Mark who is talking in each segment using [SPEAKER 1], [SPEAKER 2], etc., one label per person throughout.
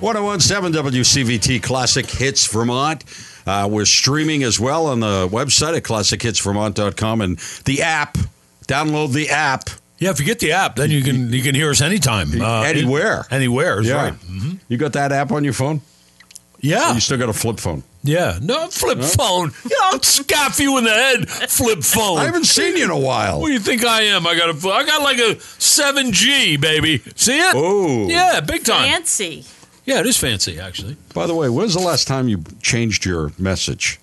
[SPEAKER 1] 1017 WCVT Classic Hits Vermont. Uh, we're streaming as well on the website at classichitsvermont.com and the app. Download the app
[SPEAKER 2] Yeah, if you get the app, then you can you can hear us anytime,
[SPEAKER 1] Anywhere.
[SPEAKER 2] anywhere. Is
[SPEAKER 1] Yeah.
[SPEAKER 2] Uh, right. Mm-hmm. Uh,
[SPEAKER 1] You got that app on your phone?
[SPEAKER 2] Yeah,
[SPEAKER 1] You still got a flip phone.
[SPEAKER 2] yeah. No flip phone. Yeah, I'll scaff you in the head. Flip phone.
[SPEAKER 1] I haven't seen you in a while.
[SPEAKER 2] What do oh, you think I am? I got a, I got like a seven G, baby. See it?
[SPEAKER 1] Oh.
[SPEAKER 2] yeah, big time.
[SPEAKER 3] Fancy.
[SPEAKER 2] Yeah, it is fancy actually.
[SPEAKER 1] By the way, when's the last time you changed your message?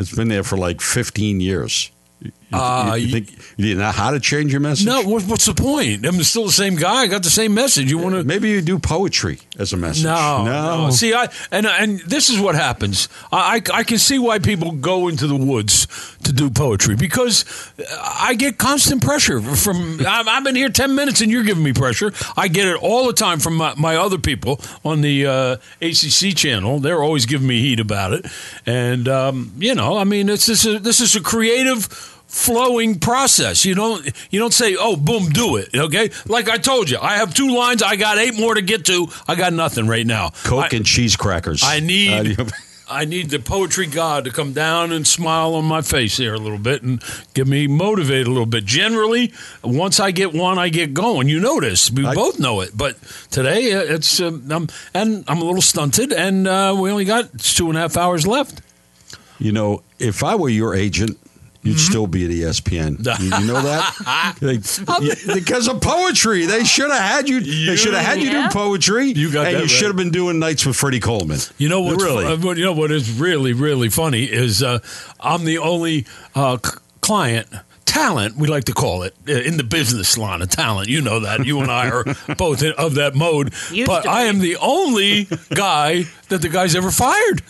[SPEAKER 1] It's been there for like 15 years. You, you-
[SPEAKER 2] Uh,
[SPEAKER 1] you
[SPEAKER 2] you-
[SPEAKER 1] think you didn't know how to change your message?
[SPEAKER 2] No, what, what's the point? I'm still the same guy. I got the same message. You want to?
[SPEAKER 1] Maybe you do poetry as a message.
[SPEAKER 2] No,
[SPEAKER 1] No.
[SPEAKER 2] See, I and and this is what happens. I, I I can see why people go into the woods to do poetry because I get constant pressure from. I've, I've been here ten minutes and you're giving me pressure. I get it all the time from my, my other people on the uh, ACC channel. They're always giving me heat about it, and um, you know, I mean, it's this is this is a creative flowing process. You don't you don't say, "Oh, boom, do it." Okay? Like I told you, I have two lines. I got eight more to get to. I got nothing right now.
[SPEAKER 1] Coke
[SPEAKER 2] I,
[SPEAKER 1] and cheese crackers.
[SPEAKER 2] I need
[SPEAKER 1] Uh,
[SPEAKER 2] I need the poetry god to come down and smile on my face there a little bit and get me motivated a little bit. Generally, once I get one, I get going. You know this. We
[SPEAKER 1] I-
[SPEAKER 2] both know it. But today, uh, it's um, I'm, and I'm a little stunted, and uh, we only got two and a half hours left.
[SPEAKER 1] you know, if I were your agent,
[SPEAKER 2] Mm-hmm.
[SPEAKER 1] you'd still be at E ESPN. you, you know that? They- because of poetry. They should have had you, they should have had you
[SPEAKER 3] Yeah.
[SPEAKER 1] do poetry.
[SPEAKER 2] You got
[SPEAKER 1] and
[SPEAKER 2] that
[SPEAKER 1] you
[SPEAKER 2] right.
[SPEAKER 1] should have been doing nights with Freddie Coleman.
[SPEAKER 2] You know what's
[SPEAKER 1] Really?
[SPEAKER 2] uh, what- you know what is really really funny is uh, I'm the only uh, c- client talent we like to call it uh, in the business line of talent. You know that you and I are both in, of that mode.
[SPEAKER 3] Used
[SPEAKER 2] but
[SPEAKER 3] to
[SPEAKER 2] I
[SPEAKER 3] be.
[SPEAKER 2] am the only guy that the guy's ever fired.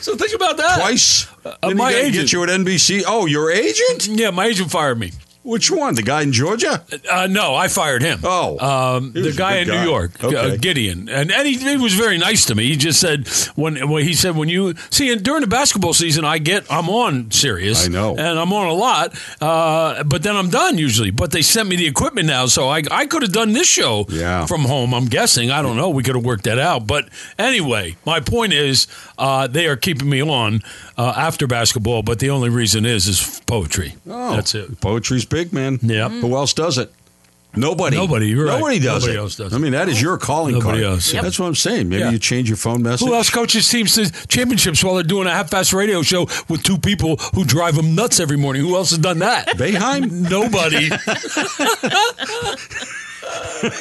[SPEAKER 2] so think about that.
[SPEAKER 1] Twice. Then he
[SPEAKER 2] Uh, my
[SPEAKER 1] got-
[SPEAKER 2] agent.
[SPEAKER 1] Get you at NBC. Oh, your agent?
[SPEAKER 2] Yeah, my agent fired me.
[SPEAKER 1] Which one? The guy in Georgia?
[SPEAKER 2] Uh, no, I fired him.
[SPEAKER 1] Oh.
[SPEAKER 2] um,
[SPEAKER 1] He
[SPEAKER 2] the
[SPEAKER 1] was a
[SPEAKER 2] guy in
[SPEAKER 1] good guy.
[SPEAKER 2] New York, uh,
[SPEAKER 1] Okay.
[SPEAKER 2] Gideon, and and he, he was very nice to me. He just said when, when he said when you see and during the basketball season, I get I'm on serious.
[SPEAKER 1] I know.
[SPEAKER 2] and I'm on a lot, uh, but then I'm done usually. But they sent me the equipment now, so I I could have done this show
[SPEAKER 1] Yeah.
[SPEAKER 2] from home. I'm guessing. I don't know. We could have worked that out. But anyway, my point is uh, they are keeping me on uh, after basketball, but the only reason is is poetry.
[SPEAKER 1] Oh,
[SPEAKER 2] That's it.
[SPEAKER 1] Poetry's big, man.
[SPEAKER 2] Yep.
[SPEAKER 1] Who else does it? Nobody.
[SPEAKER 2] Nobody, you're right.
[SPEAKER 1] Nobody does
[SPEAKER 2] Nobody
[SPEAKER 1] it.
[SPEAKER 2] else does
[SPEAKER 1] I mean, that is your calling
[SPEAKER 2] Nobody
[SPEAKER 1] card.
[SPEAKER 2] else. Yep.
[SPEAKER 1] That's what I'm saying. Maybe
[SPEAKER 2] Yeah.
[SPEAKER 1] you change your phone message.
[SPEAKER 2] Who else coaches teams to championships while they're doing a half-fast radio show with two people who drive them nuts every morning? Who else has done that?
[SPEAKER 1] Bayheim?
[SPEAKER 2] Nobody.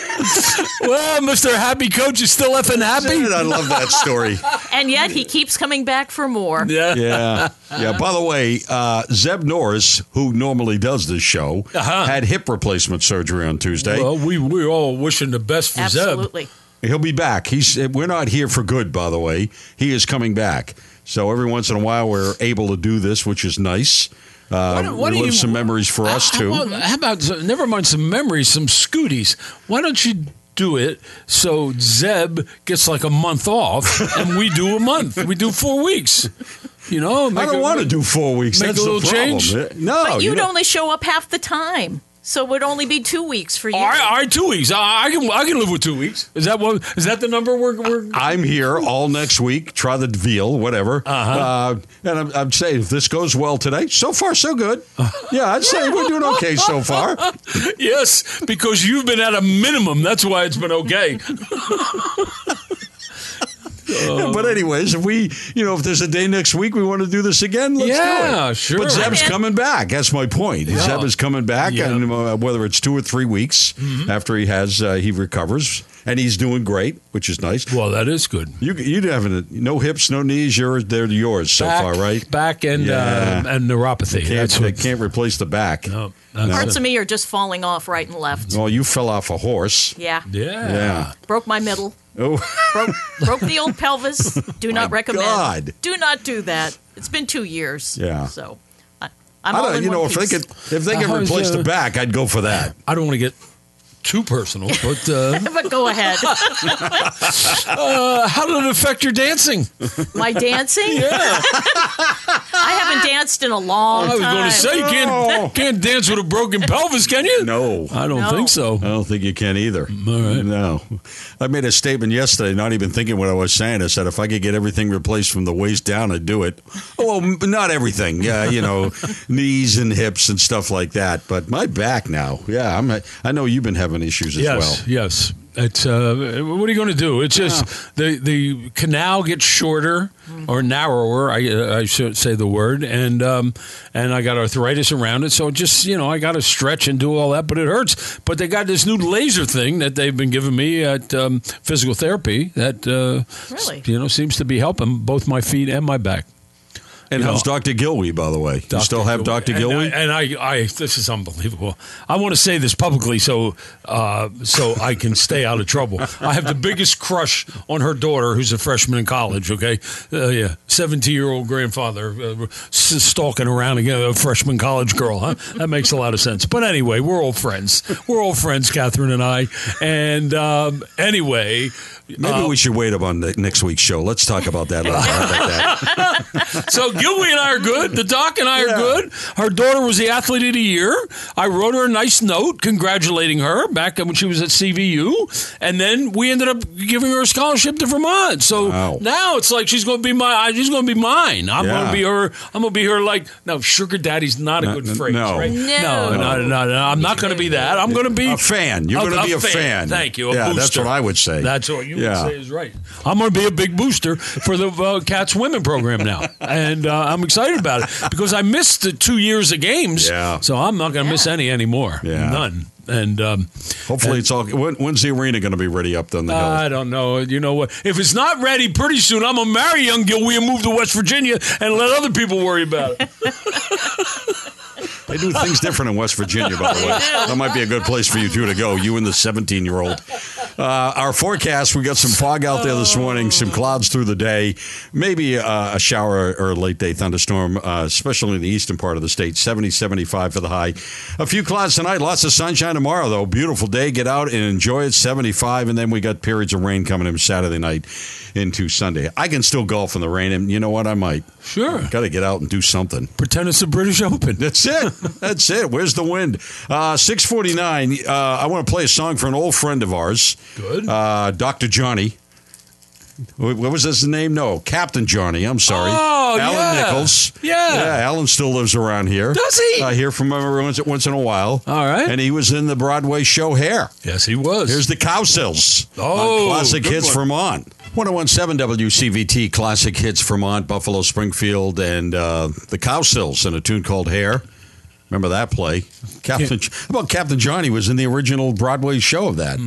[SPEAKER 2] well, Mr. Happy Coach is still effing happy.
[SPEAKER 1] Dude, I love that story.
[SPEAKER 3] And yet he keeps coming back for more.
[SPEAKER 2] Yeah.
[SPEAKER 1] Yeah. Yeah. By the way, uh, Zeb Norris, who normally does this show,
[SPEAKER 2] Uh-huh.
[SPEAKER 1] had hip replacement surgery on Tuesday.
[SPEAKER 2] Well, we we're all wishing the best for Zeb.
[SPEAKER 3] Absolutely.
[SPEAKER 1] Oh, He'll be back. He's we're not here for good, by the way. He is coming back. So every once in a while, we're able to do this, which is nice. Uh,
[SPEAKER 2] do- what do
[SPEAKER 1] relive
[SPEAKER 2] you-
[SPEAKER 1] some memories for us
[SPEAKER 2] how
[SPEAKER 1] too.
[SPEAKER 2] About, how about some- never mind some memories, some scooties? Why don't you do it so Zeb gets like a month off, and we do a month? We do four weeks. You know,
[SPEAKER 1] I
[SPEAKER 2] make
[SPEAKER 1] don't
[SPEAKER 2] a-
[SPEAKER 1] want to do four weeks.
[SPEAKER 2] make
[SPEAKER 1] That's
[SPEAKER 2] a little
[SPEAKER 1] the problem.
[SPEAKER 2] change.
[SPEAKER 1] Uh, No,
[SPEAKER 3] But
[SPEAKER 1] you
[SPEAKER 3] you'd
[SPEAKER 1] don't-
[SPEAKER 3] only show up half the time. So it would only be two weeks for you.
[SPEAKER 2] All right, all right, two weeks. Oh, I, I can I can live with two weeks. Is that what? Is that the number we're? we're
[SPEAKER 1] I'm here all next week. Try the veal, whatever.
[SPEAKER 2] Uh-huh.
[SPEAKER 1] Uh, and I'm, I'm saying if this goes well today, so far so good. Yeah, I'd say we're doing okay so far.
[SPEAKER 2] yes, because you've been at a minimum. That's why it's been okay. Oh.
[SPEAKER 1] but anyways, if we, you know, if there's a day next week we want to do this again, let's do
[SPEAKER 2] Yeah,
[SPEAKER 1] it.
[SPEAKER 2] sure.
[SPEAKER 1] But Zeb's
[SPEAKER 3] Yeah.
[SPEAKER 1] coming back. That's my point. Zeb is coming back,
[SPEAKER 2] Yeah. Mm-hmm.
[SPEAKER 1] and uh, whether it's two or three weeks after he has uh, he recovers, and he's doing great, which is nice.
[SPEAKER 2] Well, that is good.
[SPEAKER 1] You you haven't no hips, no knees. You're they're yours so
[SPEAKER 2] back,
[SPEAKER 1] far, right?
[SPEAKER 2] Back and
[SPEAKER 1] Yeah.
[SPEAKER 2] um, and neuropathy.
[SPEAKER 1] Can't,
[SPEAKER 2] That's
[SPEAKER 1] they
[SPEAKER 2] what.
[SPEAKER 1] can't replace the back.
[SPEAKER 2] No, that's
[SPEAKER 3] Parts
[SPEAKER 2] it.
[SPEAKER 3] of me are just falling off right and left.
[SPEAKER 1] Well, you fell off a horse.
[SPEAKER 3] Yeah.
[SPEAKER 2] Yeah.
[SPEAKER 1] Yeah.
[SPEAKER 3] Broke my middle.
[SPEAKER 1] Oh,
[SPEAKER 3] Broke, broke the old pelvis. Do not recommend.
[SPEAKER 1] God.
[SPEAKER 3] Do not do that. It's been two years.
[SPEAKER 1] Yeah.
[SPEAKER 3] So I, I'm
[SPEAKER 1] I
[SPEAKER 3] all
[SPEAKER 1] don't.
[SPEAKER 3] in
[SPEAKER 1] You
[SPEAKER 3] one
[SPEAKER 1] know, if
[SPEAKER 3] piece.
[SPEAKER 1] they could, if they
[SPEAKER 2] Uh,
[SPEAKER 1] could
[SPEAKER 2] how's,
[SPEAKER 1] replace
[SPEAKER 2] uh,
[SPEAKER 1] the back, I'd go for that.
[SPEAKER 2] I don't want to get too personal, but uh,
[SPEAKER 3] But go ahead.
[SPEAKER 2] uh, how did it affect your dancing?
[SPEAKER 3] My dancing? I haven't danced in a long
[SPEAKER 2] I was
[SPEAKER 3] time.
[SPEAKER 2] going to say you
[SPEAKER 1] No.
[SPEAKER 2] can't, can't dance with a broken pelvis, can you?
[SPEAKER 1] No.
[SPEAKER 2] I don't
[SPEAKER 3] No.
[SPEAKER 2] think so.
[SPEAKER 1] I don't think you can either.
[SPEAKER 2] Mm,
[SPEAKER 1] No. I made a statement yesterday, not even thinking what I was saying. I said, if I could get everything replaced from the waist down, I'd do it. Oh, well, m- not everything. Yeah, you know, knees and hips and stuff like that. But my back now. Yeah, I'm, I know you've been having issues as
[SPEAKER 2] Yes, yes. It's uh, what are you going to do? It's just the the canal gets shorter or narrower. I uh, I should say the word, and um, and I got arthritis around it, so it just you know I got to stretch and do all that, but it hurts. But they got this new laser thing that they've been giving me at um, physical therapy that uh,
[SPEAKER 3] Really?
[SPEAKER 2] you know seems to be helping both my feet and my back.
[SPEAKER 1] well. And
[SPEAKER 2] You know,
[SPEAKER 1] how's Dr. Gilwee, by the way? you still have Dr. Gilwee?
[SPEAKER 2] And, I, and I, I, this is unbelievable. I want to say this publicly so uh, so I can stay out of trouble. I have the biggest crush on her daughter, who's a freshman in college. Okay, uh, yeah, seventeen year old grandfather uh, s- stalking around again, a freshman college girl. Huh? That makes a lot of sense. But anyway, we're all friends. We're all friends, Catherine and I. And um, anyway.
[SPEAKER 1] Maybe
[SPEAKER 2] uh,
[SPEAKER 1] we should wait up on the next week's show. Let's talk about that later. How about that?
[SPEAKER 2] So Gilby and I are good. The doc and I are good. Her daughter was the athlete of the year. I wrote her a nice note congratulating her back when she was at CVU, and then we ended up giving her a scholarship to Vermont. So
[SPEAKER 1] Wow.
[SPEAKER 2] now it's like she's going to be my. She's going to be mine. I'm going
[SPEAKER 1] Yeah.
[SPEAKER 2] to be her. I'm going to be her. Like no, sugar daddy's not a
[SPEAKER 1] No,
[SPEAKER 2] good
[SPEAKER 1] no,
[SPEAKER 2] phrase.
[SPEAKER 1] no.
[SPEAKER 2] right? no,
[SPEAKER 3] No.
[SPEAKER 2] no, no, no. I'm not going to be that. I'm going to be
[SPEAKER 1] A fan. You're
[SPEAKER 2] a-
[SPEAKER 1] going to be a fan.
[SPEAKER 2] Thank you. A
[SPEAKER 1] yeah, that's
[SPEAKER 2] booster.
[SPEAKER 1] what I would say.
[SPEAKER 2] That's what you
[SPEAKER 1] Yeah.
[SPEAKER 2] would say is right. I'm going to be a big booster for the uh, Cats women program now, and uh, I'm excited about it because I missed the two years of games,
[SPEAKER 1] Yeah.
[SPEAKER 2] so I'm not going to miss any anymore.
[SPEAKER 1] Yeah.
[SPEAKER 2] None. And um,
[SPEAKER 1] Hopefully, it's all. When, when's the arena going to be ready up on the hill?
[SPEAKER 2] I don't know. You know what? If it's not ready, pretty soon I'm going to marry young Gilwee and move to West Virginia and let other people worry about it.
[SPEAKER 1] They do things different in West Virginia, by the way. That might be a good place for you two to go, you and the 17 year old. Uh, our forecast we got some fog out there this morning, some clouds through the day, maybe uh, a shower or a late day thunderstorm, uh, especially in the eastern part of the state. 70, 75 for the high. A few clouds tonight, lots of sunshine tomorrow, though. Beautiful day. Get out and enjoy it. 75, and then we got periods of rain coming in Saturday night into Sunday. I can still golf in the rain, and you know what? I might.
[SPEAKER 2] Sure.
[SPEAKER 1] Got to get out and do something.
[SPEAKER 2] Pretend it's the British Open.
[SPEAKER 1] That's it. That's it. Where's the wind? Uh, 649. Uh, I want to play a song for an old friend of ours.
[SPEAKER 2] Good.
[SPEAKER 1] Uh, Dr. Johnny. Wh- What was his name? No, Captain Johnny. I'm sorry.
[SPEAKER 2] Oh,
[SPEAKER 1] Alan
[SPEAKER 2] yeah.
[SPEAKER 1] Nichols.
[SPEAKER 2] Yeah.
[SPEAKER 1] Yeah, Alan still lives around here.
[SPEAKER 2] Does he?
[SPEAKER 1] I hear from him every once, once in a while.
[SPEAKER 2] All right.
[SPEAKER 1] And he was in the Broadway show Hair.
[SPEAKER 2] yes, he was.
[SPEAKER 1] Here's the cow sills.
[SPEAKER 2] Oh,
[SPEAKER 1] on Classic
[SPEAKER 2] good
[SPEAKER 1] Hits
[SPEAKER 2] one.
[SPEAKER 1] Vermont. 1017 WCVT Classic Hits Vermont, Buffalo, Springfield, and uh, the cow sills in a tune called Hair. Remember that play? Captain, how about Captain Johnny was in the original Broadway show of that.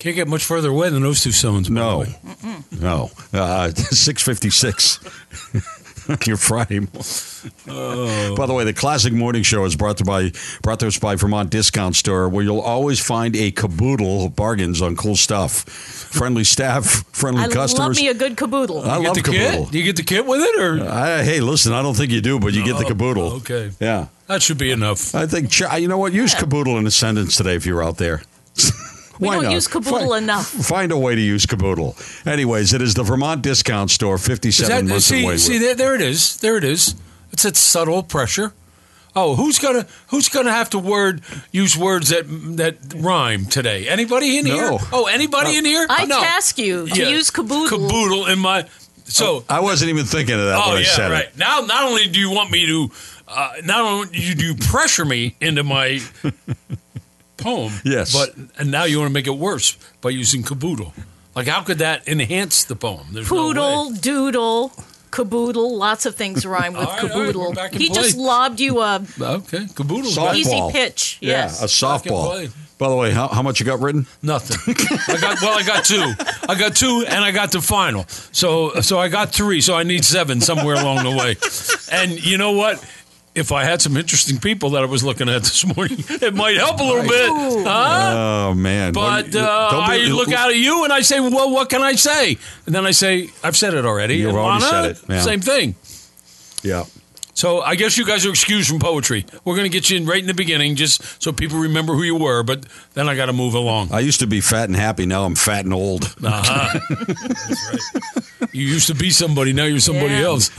[SPEAKER 2] Can't get much further away than those two sounds. by the
[SPEAKER 1] No,
[SPEAKER 2] way.
[SPEAKER 1] no. Uh, 656. Your Friday morning.
[SPEAKER 2] Oh.
[SPEAKER 1] By the way, the Classic Morning Show is brought to by brought to us by Vermont Discount Store, where you'll always find a caboodle of bargains on cool stuff. Friendly staff, friendly
[SPEAKER 3] I love
[SPEAKER 1] customers.
[SPEAKER 3] me a good caboodle.
[SPEAKER 1] I
[SPEAKER 2] You
[SPEAKER 1] love
[SPEAKER 2] get the
[SPEAKER 1] caboodle.
[SPEAKER 2] kit? You get the kit with it, or
[SPEAKER 1] I, hey, listen, I don't think you do, but you get the caboodle.
[SPEAKER 2] Oh, okay.
[SPEAKER 1] Yeah,
[SPEAKER 2] that should be enough.
[SPEAKER 1] I think ch- you know what. Use
[SPEAKER 3] Yeah.
[SPEAKER 1] caboodle in a sentence today if you're out there.
[SPEAKER 3] we
[SPEAKER 1] Why
[SPEAKER 3] don't
[SPEAKER 1] not?
[SPEAKER 3] use caboodle
[SPEAKER 1] Fi-
[SPEAKER 3] enough.
[SPEAKER 1] Find a way to use caboodle. Anyways, it is the Vermont Discount Store,
[SPEAKER 2] Is
[SPEAKER 1] 57
[SPEAKER 2] that,
[SPEAKER 1] months
[SPEAKER 2] see,
[SPEAKER 1] away.
[SPEAKER 2] see there, there it is. There it is. It's that subtle pressure. Oh, who's gonna who's gonna have to word use words that that rhyme today? Anybody in
[SPEAKER 1] No.
[SPEAKER 2] here? Oh, anybody in here?
[SPEAKER 3] I
[SPEAKER 2] no.
[SPEAKER 3] task you to
[SPEAKER 2] Yeah.
[SPEAKER 3] use caboodle.
[SPEAKER 2] Caboodle in my so.
[SPEAKER 1] I wasn't even thinking of that
[SPEAKER 2] oh
[SPEAKER 1] when I
[SPEAKER 2] yeah,
[SPEAKER 1] Oh, said
[SPEAKER 2] right.
[SPEAKER 1] it.
[SPEAKER 2] Now, not only do you want me to, uh, not only do you do pressure me into my poem,
[SPEAKER 1] Yes.
[SPEAKER 2] but and now you want to make it worse by using caboodle. Like, how could that enhance the poem? There's no way.
[SPEAKER 3] Poodle, doodle, caboodle. Lots of things rhyme with
[SPEAKER 2] All right, all right,
[SPEAKER 3] caboodle.
[SPEAKER 2] we're back in
[SPEAKER 3] he just
[SPEAKER 2] play.
[SPEAKER 3] lobbed you a
[SPEAKER 2] Okay, caboodle.
[SPEAKER 1] Soft
[SPEAKER 3] easy
[SPEAKER 1] Ball.
[SPEAKER 3] pitch. Yes.
[SPEAKER 1] Yeah, a softball.
[SPEAKER 2] play.
[SPEAKER 1] By the way, how, how much you got written?
[SPEAKER 2] Nothing. I got well. I got two. I got two, and I got the final. So so I got three. So I need seven somewhere along the way. And you know what? If I had some interesting people that I was looking at this morning, it might help a little bit. Huh?
[SPEAKER 1] Oh man!
[SPEAKER 2] Uh, But
[SPEAKER 1] Well,
[SPEAKER 2] uh,
[SPEAKER 1] don't
[SPEAKER 2] I
[SPEAKER 1] be-
[SPEAKER 2] look out at you and I say, "Well, what can I say?" And then I say, "I've said it already."
[SPEAKER 1] You've
[SPEAKER 2] And
[SPEAKER 1] already
[SPEAKER 2] Lana,
[SPEAKER 1] said it, yeah.
[SPEAKER 2] Same thing.
[SPEAKER 1] Yeah.
[SPEAKER 2] So I guess you guys are excused from poetry. We're going to get you in right in the beginning just so people remember who you were, but then I got to move along.
[SPEAKER 1] I used to be fat and happy. Now I'm fat and old.
[SPEAKER 2] You used to be somebody, now you're somebody
[SPEAKER 3] Yeah.
[SPEAKER 2] else.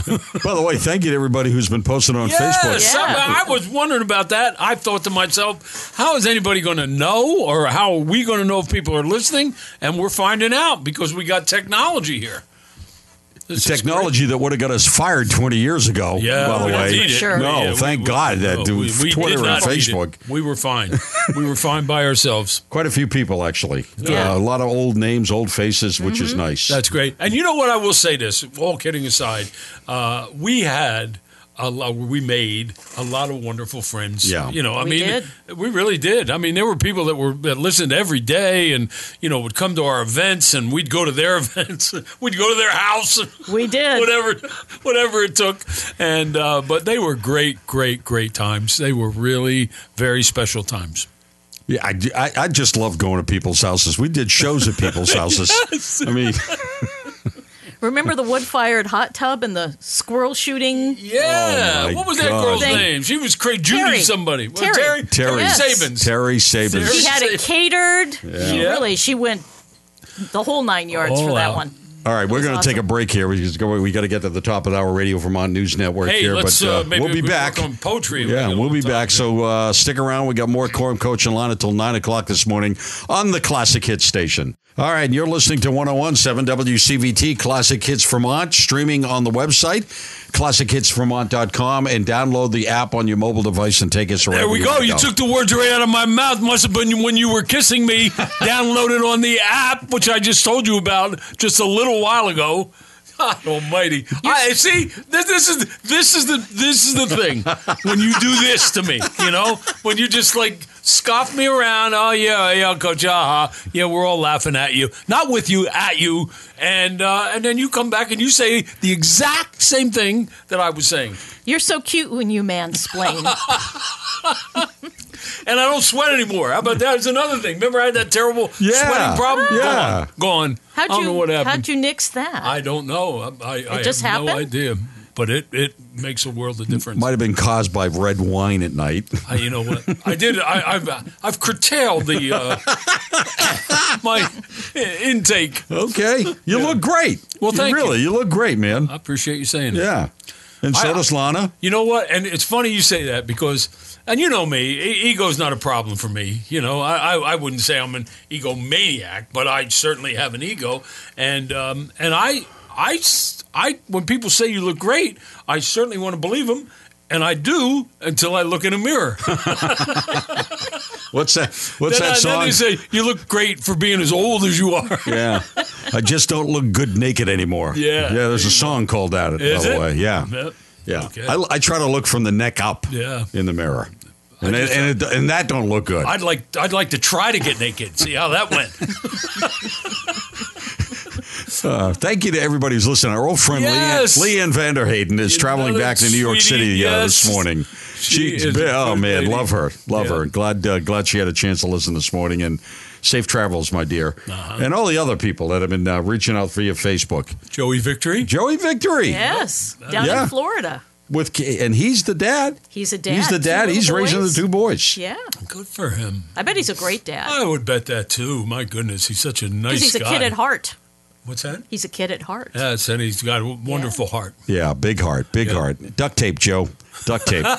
[SPEAKER 1] By the way, thank you to everybody who's been posting on Facebook.
[SPEAKER 2] Yes, I, I was wondering about that. I thought to myself, how is anybody going to know, or how are we going to know if people are listening? And we're finding out because we got technology here. This is
[SPEAKER 1] Technology that would have got us fired 20 years ago,
[SPEAKER 2] great. Yeah,
[SPEAKER 1] by
[SPEAKER 2] we
[SPEAKER 1] the
[SPEAKER 2] don't
[SPEAKER 1] way.
[SPEAKER 2] need it.
[SPEAKER 3] Sure.
[SPEAKER 1] No,
[SPEAKER 2] Yeah, we-
[SPEAKER 1] thank
[SPEAKER 2] we-
[SPEAKER 1] God that
[SPEAKER 2] no,
[SPEAKER 1] dude,
[SPEAKER 2] we- we
[SPEAKER 1] Twitter and
[SPEAKER 2] did not need it.
[SPEAKER 1] Facebook.
[SPEAKER 2] We were fine. we were fine by ourselves.
[SPEAKER 1] Quite a few people, actually.
[SPEAKER 3] Yeah.
[SPEAKER 1] Uh, a lot of old names, old faces, which is nice.
[SPEAKER 2] That's great. And you know what? I will say this. All kidding aside, uh, we had a lot. We made a lot of wonderful friends.
[SPEAKER 1] Yeah.
[SPEAKER 2] You know, I
[SPEAKER 3] We
[SPEAKER 2] mean,
[SPEAKER 3] did.
[SPEAKER 2] we really did. I mean, there were people that were that listened every day, and you know, would come to our events, and we'd go to their events, we'd go to their house,
[SPEAKER 3] We did.
[SPEAKER 2] whatever, whatever it took. And uh, but they were great, great, great times. They were really very special times.
[SPEAKER 1] Yeah, I, I, I just love going to people's houses. We did shows at people's houses. I mean,
[SPEAKER 3] Remember the wood fired hot tub and the squirrel shooting?
[SPEAKER 2] Yeah.
[SPEAKER 1] Oh, my
[SPEAKER 2] what was that
[SPEAKER 1] God.
[SPEAKER 2] girl's
[SPEAKER 3] Thank-
[SPEAKER 2] name? She was crazy. Judy
[SPEAKER 3] Terry.
[SPEAKER 2] somebody. Well,
[SPEAKER 3] Terry.
[SPEAKER 2] Terry.
[SPEAKER 1] Terry
[SPEAKER 3] Yes.
[SPEAKER 2] Sabins.
[SPEAKER 1] Terry Sabins.
[SPEAKER 3] She had it catered.
[SPEAKER 2] Yeah. Oh,
[SPEAKER 3] Really, she went the whole nine yards
[SPEAKER 2] All
[SPEAKER 3] for that
[SPEAKER 2] out.
[SPEAKER 3] one.
[SPEAKER 1] All right, we're
[SPEAKER 3] was
[SPEAKER 1] going to take a
[SPEAKER 3] awesome.
[SPEAKER 1] break here. We just go. We got to get to the top of our radio Vermont News Network
[SPEAKER 2] Hey,
[SPEAKER 1] here,
[SPEAKER 2] let's
[SPEAKER 1] but uh,
[SPEAKER 2] uh, maybe
[SPEAKER 1] we'll be
[SPEAKER 2] we
[SPEAKER 1] back.
[SPEAKER 2] Work on poetry.
[SPEAKER 1] Yeah,
[SPEAKER 2] We got
[SPEAKER 1] we'll
[SPEAKER 2] a
[SPEAKER 1] be
[SPEAKER 2] little
[SPEAKER 1] back.
[SPEAKER 2] time.
[SPEAKER 1] So uh, stick around. We got more Corm Coach and Lana till 9 o'clock this morning on the Classic Hits Station. All right, you're listening to 1017 WCVT Classic Hits Vermont, streaming on the website, classichitsvermont.com, and download the app on your mobile device and take us around.
[SPEAKER 2] There we go. You took the words right out of my mouth. Must have been when you were kissing me. Downloaded on the app, which I just told you about just a little while ago. God Almighty! I see. This, this is this is the this is the thing when you do this to me. You know when you just like scoff me around. Oh yeah, yeah, Coach. Aha. Yeah, we're all laughing at you, not with you, at you, and uh, and then you come back and you say the exact same thing that I was saying.
[SPEAKER 3] You're so cute when you mansplain.
[SPEAKER 2] and I don't sweat anymore. How about that? Is another thing. Remember, I had that terrible
[SPEAKER 1] Yeah.
[SPEAKER 2] sweating problem.
[SPEAKER 1] Yeah.
[SPEAKER 2] gone. Gone. I
[SPEAKER 3] How'd
[SPEAKER 2] don't
[SPEAKER 3] you
[SPEAKER 2] know what happened.
[SPEAKER 3] how'd you nix that?
[SPEAKER 2] I don't know. I, I, I
[SPEAKER 3] just
[SPEAKER 2] have no
[SPEAKER 3] happened?
[SPEAKER 2] idea. But it, it makes a world of difference.
[SPEAKER 1] Might have been caused by red wine at night.
[SPEAKER 2] I, you know what? I did. I, I've I've curtailed the uh, my intake.
[SPEAKER 1] Okay. You look great.
[SPEAKER 2] Well, thank you.
[SPEAKER 1] Really, you look great, man.
[SPEAKER 2] I appreciate you saying that.
[SPEAKER 1] Yeah. And so
[SPEAKER 2] I-
[SPEAKER 1] does Lana.
[SPEAKER 2] You know what? And it's funny you say that because, and you know me, e- ego's not a problem for me. You know, I, I, I wouldn't say I'm an egomaniac, but I certainly have an ego. And um, and I, I, s- I- when people say you look great, I certainly want to believe them. And I do until I look in a mirror.
[SPEAKER 1] What's that? What's
[SPEAKER 2] then, I,
[SPEAKER 1] that
[SPEAKER 2] then
[SPEAKER 1] song?
[SPEAKER 2] they say, You look great for being as old as you are.
[SPEAKER 1] Yeah. I just don't look good naked anymore.
[SPEAKER 2] Yeah.
[SPEAKER 1] Yeah, there's a song called that,
[SPEAKER 2] Is
[SPEAKER 1] by the
[SPEAKER 2] it?
[SPEAKER 1] way. Yeah.
[SPEAKER 2] Yep.
[SPEAKER 1] Yeah.
[SPEAKER 2] Okay.
[SPEAKER 1] I, I try to look from the neck up
[SPEAKER 2] Yeah.
[SPEAKER 1] in the mirror. And, it, and, it, and that don't look good.
[SPEAKER 2] I'd like I'd like to try to get naked, see how that went.
[SPEAKER 1] Uh, thank you to everybody who's listening. Our old friend
[SPEAKER 2] Yes.
[SPEAKER 1] Leanne, Leanne Vanderhayden is traveling
[SPEAKER 2] Another
[SPEAKER 1] back to New York
[SPEAKER 2] sweetie,
[SPEAKER 1] City uh,
[SPEAKER 2] yes.
[SPEAKER 1] this morning.
[SPEAKER 2] She
[SPEAKER 1] She's
[SPEAKER 2] is a
[SPEAKER 1] been- oh
[SPEAKER 2] good
[SPEAKER 1] man,
[SPEAKER 2] lady.
[SPEAKER 1] love her, love
[SPEAKER 2] Yeah.
[SPEAKER 1] her. Glad uh, glad she had a chance to listen this morning and safe travels, my dear,
[SPEAKER 2] Uh-huh.
[SPEAKER 1] and all the other people that have been uh, reaching out via Facebook.
[SPEAKER 2] Joey Victory.
[SPEAKER 1] Joey Victory
[SPEAKER 3] yes, down
[SPEAKER 1] Yeah.
[SPEAKER 3] in Florida.
[SPEAKER 1] with K- and he's the dad.
[SPEAKER 3] He's a dad.
[SPEAKER 1] He's the
[SPEAKER 3] two
[SPEAKER 1] dad.
[SPEAKER 3] little
[SPEAKER 1] He's raising the
[SPEAKER 3] boys.
[SPEAKER 1] two boys.
[SPEAKER 3] Yeah,
[SPEAKER 2] Good for him.
[SPEAKER 3] I bet he's a great dad.
[SPEAKER 2] I would bet that too. My goodness, he's such a Oh, nice
[SPEAKER 3] Because he's a
[SPEAKER 2] guy.
[SPEAKER 3] kid at heart.
[SPEAKER 2] What's that?
[SPEAKER 3] He's a kid at heart.
[SPEAKER 2] Yes, and he's got a wonderful heart.
[SPEAKER 1] Yeah, big heart, big
[SPEAKER 2] Yeah.
[SPEAKER 1] heart. Duct tape, Joe. Duct tape.
[SPEAKER 2] I'll,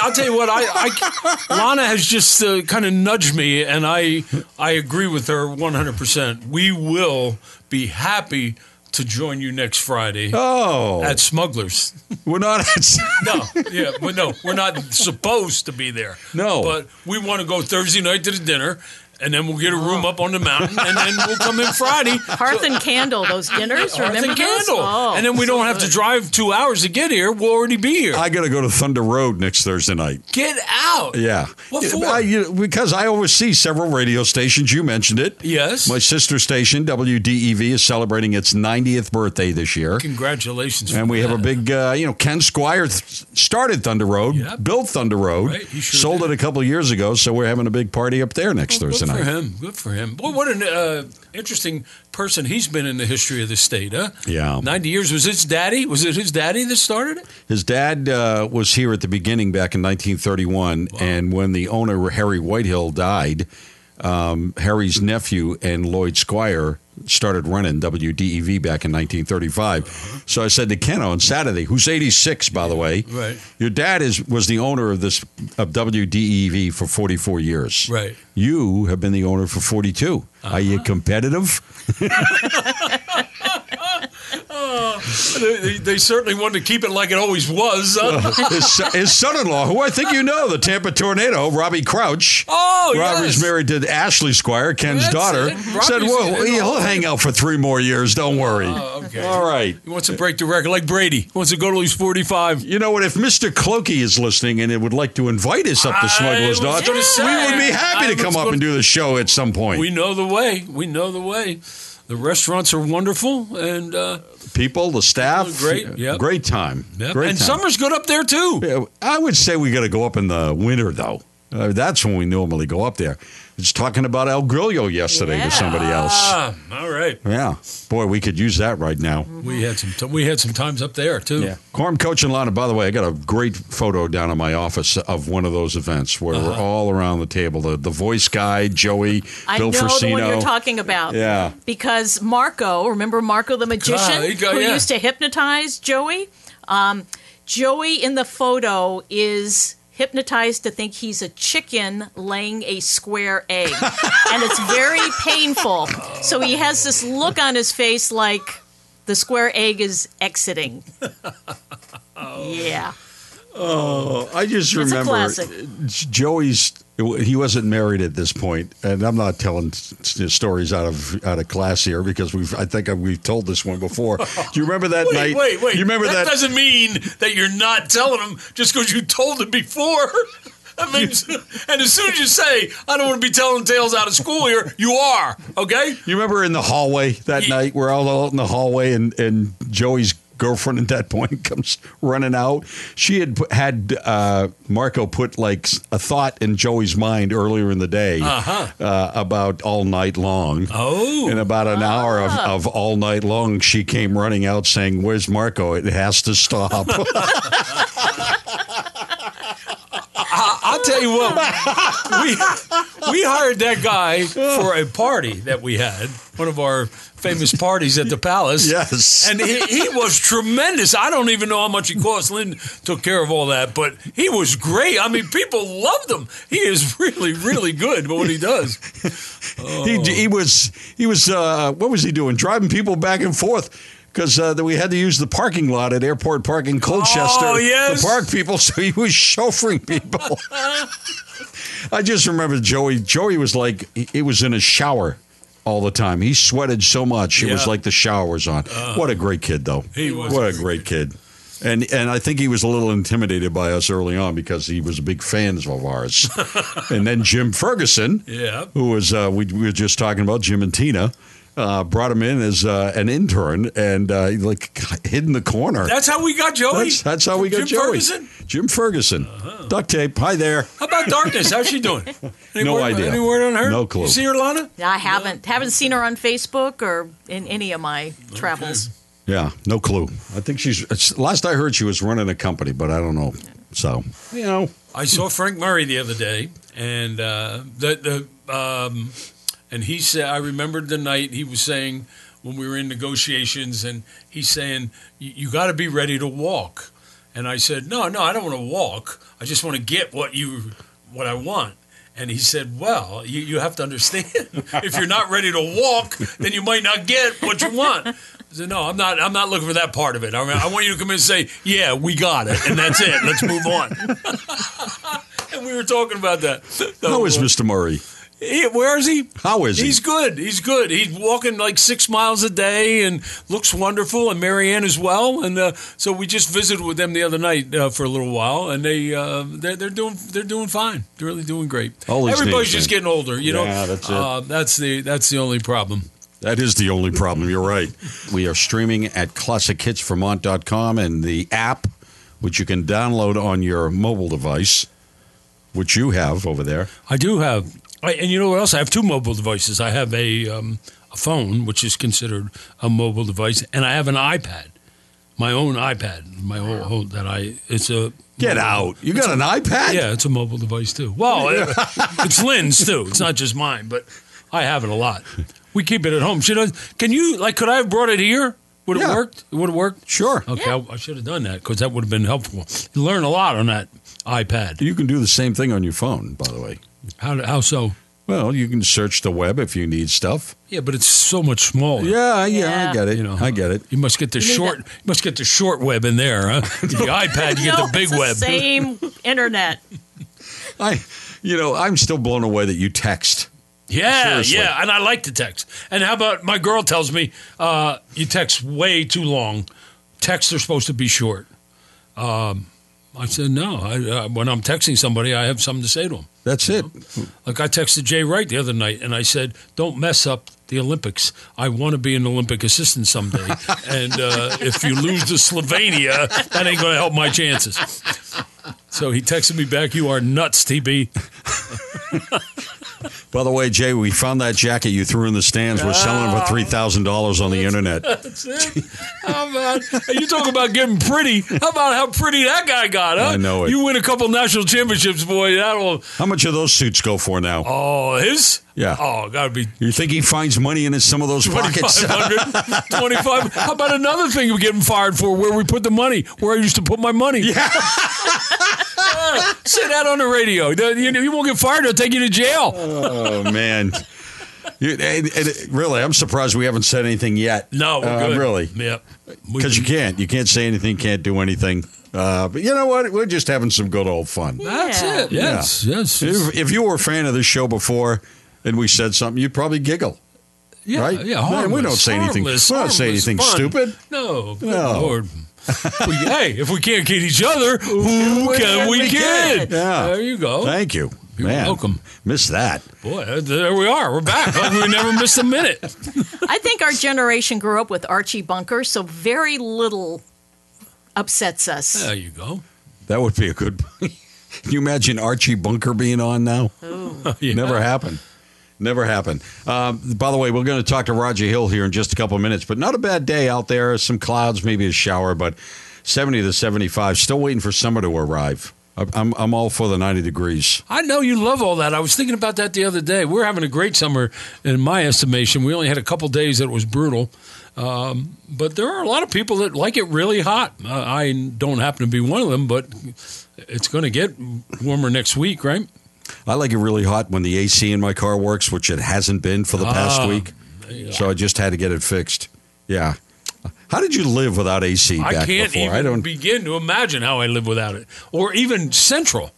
[SPEAKER 2] I'll tell you what. I, I Lana has just uh, kind of nudged me, and I I agree with her one hundred percent. We will be happy to join you next Friday
[SPEAKER 1] oh,
[SPEAKER 2] at Smugglers.
[SPEAKER 1] we're not.
[SPEAKER 2] No, yeah, but no, we're not supposed to be there.
[SPEAKER 1] No.
[SPEAKER 2] but we want to go Thursday night to the dinner. And then we'll get a room up on the mountain, and then we'll come in Friday.
[SPEAKER 3] Hearth and candle, those dinners.
[SPEAKER 2] Earth
[SPEAKER 3] remember
[SPEAKER 2] and
[SPEAKER 3] those?
[SPEAKER 2] candle.
[SPEAKER 3] Oh.
[SPEAKER 2] and then we don't have to drive two hours to get here. We'll already be here.
[SPEAKER 1] I got to go to Thunder Road next Thursday night.
[SPEAKER 2] get out.
[SPEAKER 1] Yeah.
[SPEAKER 2] What
[SPEAKER 1] Yeah,
[SPEAKER 2] for?
[SPEAKER 1] I- you- because I oversee several radio stations. You mentioned it.
[SPEAKER 2] Yes.
[SPEAKER 1] My sister station, WDEV, is celebrating its 90th birthday this year.
[SPEAKER 2] Congratulations.
[SPEAKER 1] And
[SPEAKER 2] for
[SPEAKER 1] we have a
[SPEAKER 2] that.
[SPEAKER 1] big, uh, you know, Ken Squire th- started Thunder Road,
[SPEAKER 2] Yep.
[SPEAKER 1] built Thunder Road,
[SPEAKER 2] Right, he sure
[SPEAKER 1] sold
[SPEAKER 2] did.
[SPEAKER 1] it a couple years ago. So we're having a big party up there next
[SPEAKER 2] Look
[SPEAKER 1] Thursday tonight.
[SPEAKER 2] for him. Good for him. Boy, what an uh, interesting person he's been in the history of the state, huh?
[SPEAKER 1] Yeah.
[SPEAKER 2] 90 years. Was his daddy? Was it his daddy that started it?
[SPEAKER 1] His dad uh, was here at the beginning back in 1931, and when the owner Harry Whitehill died, um, Harry's nephew and Lloyd Squire started running WDEV back in 1935.
[SPEAKER 2] Uh-huh.
[SPEAKER 1] So I said to Ken on Saturday, who's 86 by the way,
[SPEAKER 2] Right.
[SPEAKER 1] Your dad is was the owner of this of WDEV for 44 years,
[SPEAKER 2] Right. Uh-huh.
[SPEAKER 1] You have been the owner for 42. Are you competitive?
[SPEAKER 2] They, they, they certainly wanted to keep it like it always was. huh?
[SPEAKER 1] his, son- his son-in-law, who I think you know, the Tampa Tornado, Robbie Crouch.
[SPEAKER 2] Oh,
[SPEAKER 1] Robbie's
[SPEAKER 2] yes.
[SPEAKER 1] married to Ashley Squire, Ken's
[SPEAKER 2] That's
[SPEAKER 1] daughter.
[SPEAKER 2] it.
[SPEAKER 1] Said,
[SPEAKER 2] Robbie's
[SPEAKER 1] "Well,
[SPEAKER 2] in all Oh.
[SPEAKER 1] he'll hang out for three more years. Don't worry."
[SPEAKER 2] okay.
[SPEAKER 1] All right.
[SPEAKER 2] He wants to break the record like Brady. He wants to go till he's 45.
[SPEAKER 1] You know what? If Mr. Clokey is listening and would like to invite us up to
[SPEAKER 2] I
[SPEAKER 1] Smuggler's
[SPEAKER 2] was
[SPEAKER 1] Notch, we
[SPEAKER 2] gonna say.
[SPEAKER 1] would be
[SPEAKER 2] I
[SPEAKER 1] happy to
[SPEAKER 2] was
[SPEAKER 1] come up
[SPEAKER 2] gonna-
[SPEAKER 1] and do the show at some point.
[SPEAKER 2] We know the way. We know the way. The restaurants are wonderful, and uh,
[SPEAKER 1] People, the staff,
[SPEAKER 2] People are great, yep.
[SPEAKER 1] great time, great
[SPEAKER 2] and
[SPEAKER 1] time.
[SPEAKER 2] summer's good up there too.
[SPEAKER 1] Yeah, I would say we got to go up in the winter, though. Uh, that's when we normally go up there. Just talking about El Grillo yesterday
[SPEAKER 3] Yeah.
[SPEAKER 1] to somebody else.
[SPEAKER 2] Ah, all right.
[SPEAKER 1] Yeah, boy, we could use that right now.
[SPEAKER 2] We had some. T- we had some times up there too.
[SPEAKER 1] Quorum Coach and Lana. By the way, I got a great photo down in my office of one of those events where we're all around the table. The the voice guy, Joey,
[SPEAKER 3] Uh-huh. I
[SPEAKER 1] Bill
[SPEAKER 3] know
[SPEAKER 1] Frasino.
[SPEAKER 3] the one you're talking about.
[SPEAKER 1] Yeah.
[SPEAKER 3] Because Marco, remember Marco the magician
[SPEAKER 2] there you go,
[SPEAKER 3] who
[SPEAKER 2] yeah.
[SPEAKER 3] used to hypnotize Joey? Um, Joey in the photo is hypnotized to think he's a chicken laying a square egg. and it's very painful. So he has this look on his face like the square egg is exiting. Yeah.
[SPEAKER 1] I just
[SPEAKER 3] It's a
[SPEAKER 1] remember
[SPEAKER 3] classic.
[SPEAKER 1] Joey's. He wasn't married at this point, and I'm not telling s- s- stories out of out of class here because we've. I think we've told this one before. Do you remember that
[SPEAKER 2] Wait,
[SPEAKER 1] night?
[SPEAKER 2] wait, wait.
[SPEAKER 1] You remember that?
[SPEAKER 2] that doesn't mean that you're not telling him just because you told him before. That means, and as soon as you say, I don't want to be telling tales out of school here, you are, okay?
[SPEAKER 1] you remember in the hallway that
[SPEAKER 2] Ye-
[SPEAKER 1] night? We're all out in the hallway, and and Joey's girlfriend at that point comes running out. She had put- had uh, Marco put like s- a thought in Joey's mind earlier in the day uh, about all night long.
[SPEAKER 2] Oh.
[SPEAKER 1] In about an hour of, of all night long, she came running out saying, Where's Marco? It has to stop.
[SPEAKER 2] I'll tell you what, we, we hired that guy for a party that we had, one of our famous parties at the Palace.
[SPEAKER 1] yes.
[SPEAKER 2] And he, he was tremendous. I don't even know how much he cost. Lynn took care of all that, but he was great. I mean, people loved him. He is really, really good at what he does.
[SPEAKER 1] he,
[SPEAKER 2] Oh.
[SPEAKER 1] he was, he was uh, what was he doing? Driving people back and forth. Because uh, we had to use the parking lot at Airport Park in Colchester
[SPEAKER 2] Oh, yes.
[SPEAKER 1] to park people, so he was chauffeuring people. I just remember Joey. Joey was like, it was in a shower all the time. He sweated so much, it was
[SPEAKER 2] Yeah. Uh.
[SPEAKER 1] like the shower was on. what a great kid, though.
[SPEAKER 2] He was
[SPEAKER 1] What
[SPEAKER 2] a
[SPEAKER 1] a great kid. And and I think he was a little intimidated by us early on because he was a big fan of ours. and then Jim Ferguson,
[SPEAKER 2] Yeah.
[SPEAKER 1] who was uh, we, we were just talking about Jim and Tina, uh, brought him in as uh, an intern and uh, he, like hid in the corner.
[SPEAKER 2] That's how we got Joey.
[SPEAKER 1] that's, that's how we got
[SPEAKER 2] Jim
[SPEAKER 1] Joey.
[SPEAKER 2] Ferguson? Uh-huh.
[SPEAKER 1] Jim Ferguson. Duct tape. Hi there.
[SPEAKER 2] How about Darkness? How's she doing? Any
[SPEAKER 1] No
[SPEAKER 2] word,
[SPEAKER 1] idea.
[SPEAKER 2] Any word on her?
[SPEAKER 1] No clue.
[SPEAKER 2] You see her, Lana?
[SPEAKER 3] I haven't haven't seen her on Facebook or in any of my travels.
[SPEAKER 1] Yeah, no clue. I think she's. it's- Last I heard, she was running a company, but I don't know. So you know,
[SPEAKER 2] I saw Frank Murray the other day, and uh, the the um, and he said I remembered the night he was saying when we were in negotiations, and he's saying "You- you got to be ready to walk, and I said no, no, I don't want to walk. I just want to get what you what I want. And he said, Well, you, you have to understand if you're not ready to walk, then you might not get what you want. I said, No, I'm not I'm not looking for that part of it. I, mean, I want you to come in and say, Yeah, we got it, and that's it. Let's move on. and we were talking about that.
[SPEAKER 1] how is Mr. Murray?
[SPEAKER 2] He- where is he?
[SPEAKER 1] How is he?
[SPEAKER 2] uh, He's good. He's good. He's walking like six miles a day and looks wonderful, and Marianne as well. And uh, so we just visited with them the other night uh, for a little while, and they uh, they're, they're doing they're doing fine. They're really doing great.
[SPEAKER 1] All these
[SPEAKER 2] Everybody's
[SPEAKER 1] days,
[SPEAKER 2] just
[SPEAKER 1] man.
[SPEAKER 2] getting older, you know.
[SPEAKER 1] Yeah, that's it.
[SPEAKER 2] Uh, that's the that's the only problem.
[SPEAKER 1] That is the only problem. You're right. We are streaming at classichitsvermont.com and the app, which you can download on your mobile device, which you have over there.
[SPEAKER 2] I do have I, and you know what else? I have two mobile devices. I have a, um, a phone, which is considered a mobile device, and I have an iPad, my own iPad, my whole, whole that I. It's a
[SPEAKER 1] Get out. You got an iPad?
[SPEAKER 2] yeah, it's a mobile device too. Well, it- it's Lynn's too. It's not just mine, but I have it a lot. We keep it at home. Should I, can you like? Could I have brought it here? Would it
[SPEAKER 1] Yeah.
[SPEAKER 2] worked? Would it worked?
[SPEAKER 1] Sure.
[SPEAKER 2] Okay, I, I should have done that because that would have been helpful. You learn a lot on that iPad.
[SPEAKER 1] You can do the same thing on your phone, by the way.
[SPEAKER 2] How, how so?
[SPEAKER 1] Well, you can search the web if you need stuff.
[SPEAKER 2] Yeah, but it's so much smaller.
[SPEAKER 1] Yeah, yeah, I
[SPEAKER 3] Yeah.
[SPEAKER 1] get it.
[SPEAKER 2] You know.
[SPEAKER 1] I get it.
[SPEAKER 2] You must get the
[SPEAKER 3] need
[SPEAKER 2] short.
[SPEAKER 3] that-
[SPEAKER 2] You must get the short web in there, huh? The iPad, you get
[SPEAKER 3] no,
[SPEAKER 2] the big
[SPEAKER 3] it's the
[SPEAKER 2] web.
[SPEAKER 3] Same internet.
[SPEAKER 1] I, you know, I'm still blown away that you text.
[SPEAKER 2] Yeah,
[SPEAKER 1] Seriously.
[SPEAKER 2] yeah, and I like to text. And how about my girl tells me uh, you text way too long. Texts are supposed to be short. Um, I said no. I, uh, when I'm texting somebody, I have something to say to them.
[SPEAKER 1] That's it.
[SPEAKER 2] Like I texted Jay Wright the other night, and I said, "Don't mess up the Olympics. I want to be an Olympic assistant someday. and uh, if you lose to Slovenia, that ain't going to help my chances." So he texted me back, "You are nuts, TB."
[SPEAKER 1] By the way, Jay, we found that jacket you threw in the stands. We're selling it for three thousand dollars on the internet.
[SPEAKER 2] That's it. How about and you talk about getting pretty? How about how pretty that guy got? Huh?
[SPEAKER 1] I know it.
[SPEAKER 2] You win a couple national championships, boy. That'll
[SPEAKER 1] How much of those suits go for now?
[SPEAKER 2] oh his
[SPEAKER 1] Yeah.
[SPEAKER 2] oh gotta be.
[SPEAKER 1] You think he finds money in some of those pockets?
[SPEAKER 2] 2500 25 how about another thing we're getting fired for where we put the money where i used to put my money yeah say that on the radio you, you won't get fired they'll take you to jail
[SPEAKER 1] Oh man. You, and, and really, I'm surprised we haven't said anything yet.
[SPEAKER 2] no we're
[SPEAKER 1] Uh,
[SPEAKER 2] good
[SPEAKER 1] really,
[SPEAKER 2] yeah
[SPEAKER 1] because you can't. You can't say anything. Can't do anything. Uh, but you know what? We're just having some good old fun.
[SPEAKER 2] that's
[SPEAKER 3] Yeah.
[SPEAKER 2] it yes yes
[SPEAKER 1] If, if you were a fan of this show before and we said something, you'd probably giggle.
[SPEAKER 2] Yeah,
[SPEAKER 1] right?
[SPEAKER 2] Yeah,
[SPEAKER 1] Man, we
[SPEAKER 2] harmless,
[SPEAKER 1] don't say anything-
[SPEAKER 2] harmless,
[SPEAKER 1] we don't say
[SPEAKER 2] harmless
[SPEAKER 1] anything
[SPEAKER 2] fun.
[SPEAKER 1] stupid.
[SPEAKER 2] No, good
[SPEAKER 1] No.
[SPEAKER 2] Lord. We- hey, if we can't get each other, who can we get?
[SPEAKER 1] Yeah.
[SPEAKER 2] There you go.
[SPEAKER 1] Thank you.
[SPEAKER 2] You're
[SPEAKER 1] Man,
[SPEAKER 2] welcome.
[SPEAKER 1] Missed that.
[SPEAKER 2] Boy, uh, there we are. We're back. Like we never missed a minute.
[SPEAKER 3] I think our generation grew up with Archie Bunker, so very little upsets us.
[SPEAKER 2] There you go.
[SPEAKER 1] That would be a good. Can you imagine Archie Bunker being on now?
[SPEAKER 2] Yeah.
[SPEAKER 1] Never happened. Never happened. Um, by the way, we're going to talk to Roger Hill here in just a couple of minutes, but not a bad day out there. Some clouds, maybe a shower, but 70 to 75. Still waiting for summer to arrive. I- I'm, I'm all for the 90 degrees.
[SPEAKER 2] I know you love all that. I was thinking about that the other day. We're having a great summer, in my estimation. We only had a couple days that it was brutal, um, but there are a lot of people that like it really hot. Uh, I don't happen to be one of them, but it's going to get warmer next week, right?
[SPEAKER 1] I like it really hot when the AC in my car works, which it hasn't been for the past
[SPEAKER 2] Ah,
[SPEAKER 1] week. So I just had to get it fixed. Yeah. How did you live without AC back
[SPEAKER 2] I can't
[SPEAKER 1] before?
[SPEAKER 2] even
[SPEAKER 1] I don't.
[SPEAKER 2] begin to imagine how I live without it, or even central.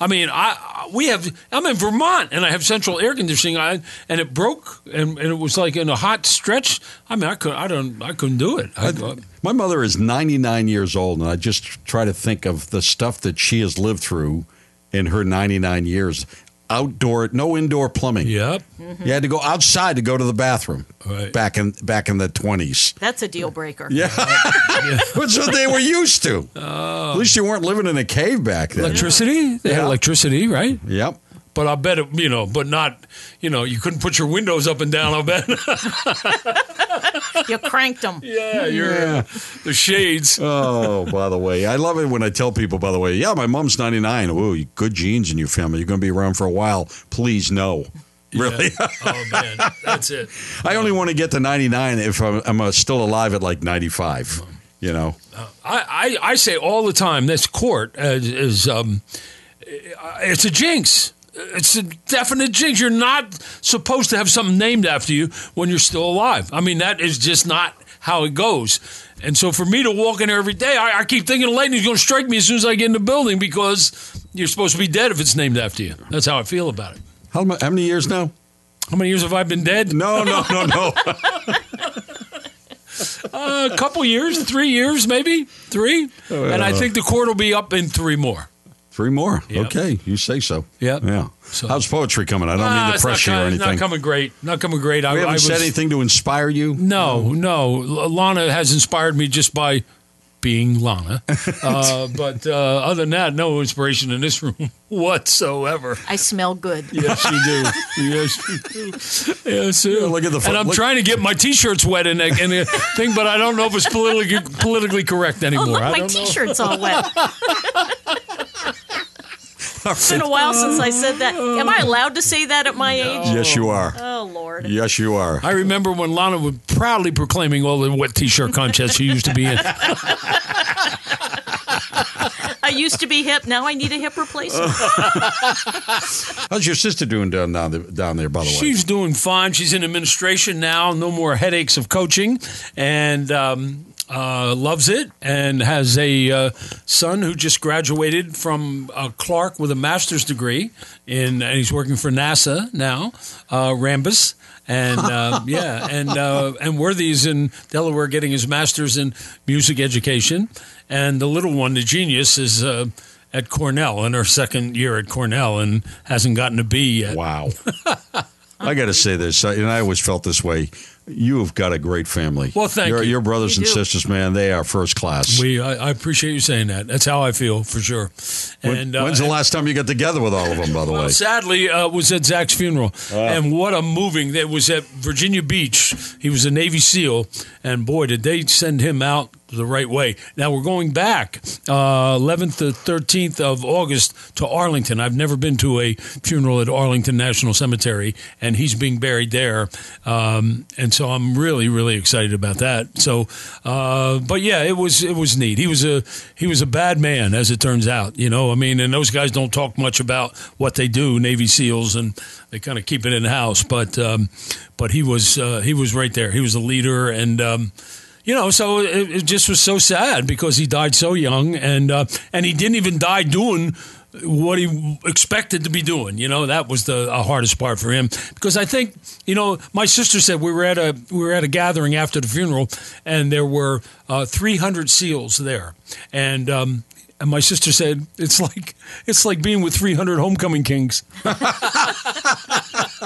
[SPEAKER 2] I mean, I I- we have I'm in Vermont and I have central air conditioning, I, and it broke, and, and it was like in a hot stretch. I mean, I could I don't I couldn't do it. I,
[SPEAKER 1] my mother is 99 years old, and I just try to think of the stuff that she has lived through in her 99 years. Outdoor, no indoor plumbing.
[SPEAKER 2] yep.
[SPEAKER 1] You had to go outside to go to the bathroom
[SPEAKER 2] Right.
[SPEAKER 1] back in back in the 20s.
[SPEAKER 3] That's a deal breaker.
[SPEAKER 1] Yeah, that's what they were used to. At least you weren't living in a cave back then.
[SPEAKER 2] Electricity? They had
[SPEAKER 1] Yeah.
[SPEAKER 2] electricity, right?
[SPEAKER 1] Yep.
[SPEAKER 2] But I bet it, you know, but not, you know, you couldn't put your windows up and down. I bet.
[SPEAKER 3] You cranked them.
[SPEAKER 2] yeah, your the shades.
[SPEAKER 1] oh, by the way, I love it when I tell people, by the way, yeah, my mom's 99. Ooh, good genes in your family. You're going to be around for a while. Please, no. Really?
[SPEAKER 2] oh man, that's it.
[SPEAKER 1] I only want to get to 99 if I'm, I'm uh, still alive at like 95, you know?
[SPEAKER 2] I, I, I say all the time this court is, is um, it's a jinx. It's a definite jinx. You're not supposed to have something named after you when you're still alive. I mean, that is just not how it goes. And so for me to walk in there every day, I, I keep thinking lightning's going to strike me as soon as I get in the building because you're supposed to be dead if it's named after you. That's how I feel about it.
[SPEAKER 1] How, mu- how many years now?
[SPEAKER 2] How many years have I been dead?
[SPEAKER 1] No, no, no, no.
[SPEAKER 2] Uh, a couple years, three years, maybe three. And I think the court will be up in three more.
[SPEAKER 1] Three more.
[SPEAKER 2] Yep.
[SPEAKER 1] Okay, you say so.
[SPEAKER 2] Yep.
[SPEAKER 1] Yeah.
[SPEAKER 2] So-
[SPEAKER 1] How's poetry coming? I don't
[SPEAKER 2] Ah,
[SPEAKER 1] mean to
[SPEAKER 2] it's not
[SPEAKER 1] pressure you or
[SPEAKER 2] coming- it's
[SPEAKER 1] anything.
[SPEAKER 2] Not coming great. Not coming great. I,
[SPEAKER 1] we
[SPEAKER 2] I
[SPEAKER 1] haven't
[SPEAKER 2] was,
[SPEAKER 1] said anything to inspire you.
[SPEAKER 2] No, no. L- Lana has inspired me just by being Lana. Uh, but uh, other than that, no inspiration in this room whatsoever.
[SPEAKER 3] I smell good.
[SPEAKER 2] Yes, you do. Yes, you do. Yes, you do.
[SPEAKER 1] look at the fo-
[SPEAKER 2] And I'm
[SPEAKER 1] look-
[SPEAKER 2] trying to get my T-shirts wet in that in the thing, but I don't know if it's politically politically correct
[SPEAKER 3] Oh,
[SPEAKER 2] anymore.
[SPEAKER 3] look,
[SPEAKER 2] I
[SPEAKER 3] my
[SPEAKER 2] don't know.
[SPEAKER 3] t-shirt's all wet. It's been a while since I said that. Am I allowed to say that at my age?
[SPEAKER 1] Yes, you are.
[SPEAKER 3] Oh, Lord.
[SPEAKER 1] Yes, you are.
[SPEAKER 2] I remember when Lana was proudly proclaiming all the wet T-shirt contests she used to be in.
[SPEAKER 3] I used to be hip. Now I need a hip replacement.
[SPEAKER 2] Uh.
[SPEAKER 1] How's your sister doing down down there, down there by the way?
[SPEAKER 2] She's doing fine. She's in administration now. No more headaches of coaching, and um, uh, loves it. And has a uh, son who just graduated from uh, Clark with a master's degree, in, and he's working for NASA now. Uh, Rambus. And uh, yeah, and uh, and Worthy's in Delaware getting his master's in music education, and the little one, the genius, is uh, at Cornell in her second year at Cornell and hasn't gotten a B yet.
[SPEAKER 1] Wow. I got to say this, I- and I always felt this way. You have got a great family.
[SPEAKER 2] Well, thank
[SPEAKER 1] your,
[SPEAKER 2] you.
[SPEAKER 1] Your brothers
[SPEAKER 3] You
[SPEAKER 1] and
[SPEAKER 3] do.
[SPEAKER 1] sisters, man, they are first class.
[SPEAKER 2] We, I, I appreciate you saying that. That's how I feel for sure.
[SPEAKER 1] When-
[SPEAKER 2] And uh,
[SPEAKER 1] when's the last time you got together with all of them? By the
[SPEAKER 2] well,
[SPEAKER 1] way,
[SPEAKER 2] sadly, uh, was at Zach's funeral,
[SPEAKER 1] Ah.
[SPEAKER 2] and what a moving that was at Virginia Beach. He was a Navy SEAL, and boy, did they send him out the right way. Now we're going back uh, eleventh to thirteenth of August to Arlington. I've never been to a funeral at Arlington National Cemetery, and he's being buried there, um, and so I'm really, really excited about that. So, uh, but yeah, it was it was neat. He was a he was a bad man, as it turns out. You know, I mean, and those guys don't talk much about what they do, Navy SEALs, and they kind of keep it in house. But um, but he was uh, he was right there. He was a leader, and um, you know, so it, it just was so sad because he died so young, and uh, and he didn't even die doing what he expected to be doing. You know, that was the uh, hardest part for him because I think you know my sister said we were at a we were at a gathering after the funeral, and there were uh, 300 seals there, and. Um, and my sister said, "It's like it's like being with 300 homecoming kings."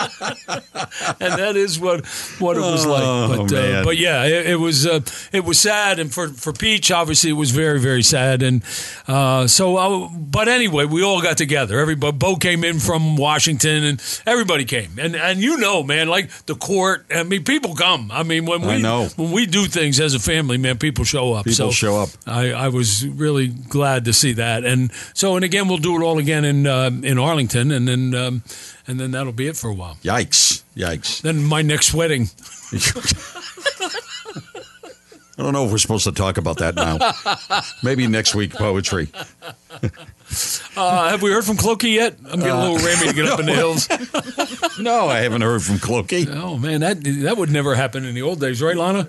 [SPEAKER 2] and that is what what it was
[SPEAKER 1] Oh,
[SPEAKER 2] like. But
[SPEAKER 1] man.
[SPEAKER 2] uh, but yeah, it, it was uh, it was sad, and for for Peach, obviously, it was very very sad. And uh, so, uh, but anyway, we all got together. Everybody, Bo came in from Washington, and everybody came. And and you know, man, like the court. I mean, people come. I mean, when we
[SPEAKER 1] I know.
[SPEAKER 2] when we do things as a family, man, people show up.
[SPEAKER 1] People
[SPEAKER 2] so
[SPEAKER 1] show up.
[SPEAKER 2] I, I was really glad to see that, and so and again, we'll do it all again in uh, in Arlington, and then um, and then that'll be it for a while.
[SPEAKER 1] yikes, yikes.
[SPEAKER 2] Then my next wedding.
[SPEAKER 1] I don't know if we're supposed to talk about that now. Maybe next week, poetry.
[SPEAKER 2] Uh, have we heard from Clokey yet? I'm getting a little rammy to get up in the hills.
[SPEAKER 1] No, I haven't heard from Clokey.
[SPEAKER 2] Oh man, that that would never happen in the old days, right, Lana?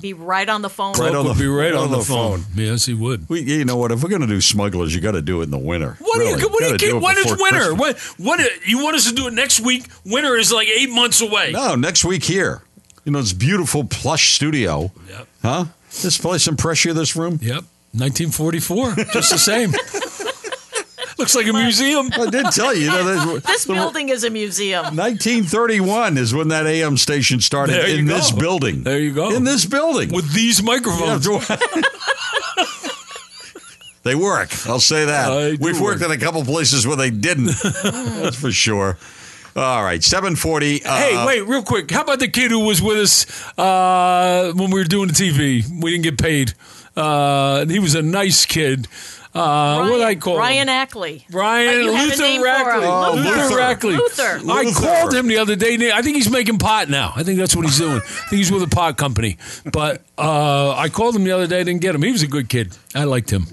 [SPEAKER 3] Be right on the phone.
[SPEAKER 1] Right on
[SPEAKER 2] would
[SPEAKER 1] the-
[SPEAKER 2] be right
[SPEAKER 1] right
[SPEAKER 2] on, the, phone. Yes, he would.
[SPEAKER 1] We, you know what? If we're going to do smugglers, you got to do it in the winter.
[SPEAKER 2] What do
[SPEAKER 1] Really.
[SPEAKER 2] you? What do you?
[SPEAKER 1] Gotta
[SPEAKER 2] Get,
[SPEAKER 1] it
[SPEAKER 2] what is
[SPEAKER 1] before
[SPEAKER 2] winter?
[SPEAKER 1] Christmas.
[SPEAKER 2] What? What? You want us to do it next week? Winter is like eight months away.
[SPEAKER 1] No, next week here. You know, this beautiful plush studio.
[SPEAKER 2] Yep.
[SPEAKER 1] Huh? This place impress you, this room?
[SPEAKER 2] Yep. 1944, just the same. Looks like a museum.
[SPEAKER 1] I did tell you. you know, there's-
[SPEAKER 3] This building is a museum.
[SPEAKER 1] 1931 is when that AM station started
[SPEAKER 2] There you
[SPEAKER 1] in this
[SPEAKER 2] go.
[SPEAKER 1] building.
[SPEAKER 2] There you go.
[SPEAKER 1] In this building.
[SPEAKER 2] Oh. With these
[SPEAKER 1] Yeah,
[SPEAKER 2] microphones.
[SPEAKER 1] do- they work. I'll say that.
[SPEAKER 2] They do
[SPEAKER 1] We've worked
[SPEAKER 2] work.
[SPEAKER 1] in a couple places where they didn't. That's for sure. All right, 740.
[SPEAKER 2] Hey,
[SPEAKER 1] uh,
[SPEAKER 2] wait, real quick. How about the kid who was with us uh, when we were doing the TV? We didn't get paid. Uh, and he was a nice kid. Uh, what did I call
[SPEAKER 3] Ryan
[SPEAKER 2] him?
[SPEAKER 3] Ackley.
[SPEAKER 2] Ryan
[SPEAKER 3] You have a
[SPEAKER 2] Luther
[SPEAKER 3] name for him.
[SPEAKER 2] Rackley.
[SPEAKER 1] Oh, Luther.
[SPEAKER 2] Luther Rackley.
[SPEAKER 3] Luther.
[SPEAKER 2] I
[SPEAKER 1] Luther.
[SPEAKER 2] called him the other day. I think he's making pot now. I think that's what he's doing. I think he's with a pot company. But uh, I called him the other day. Didn't get him. He was a good kid. I liked him.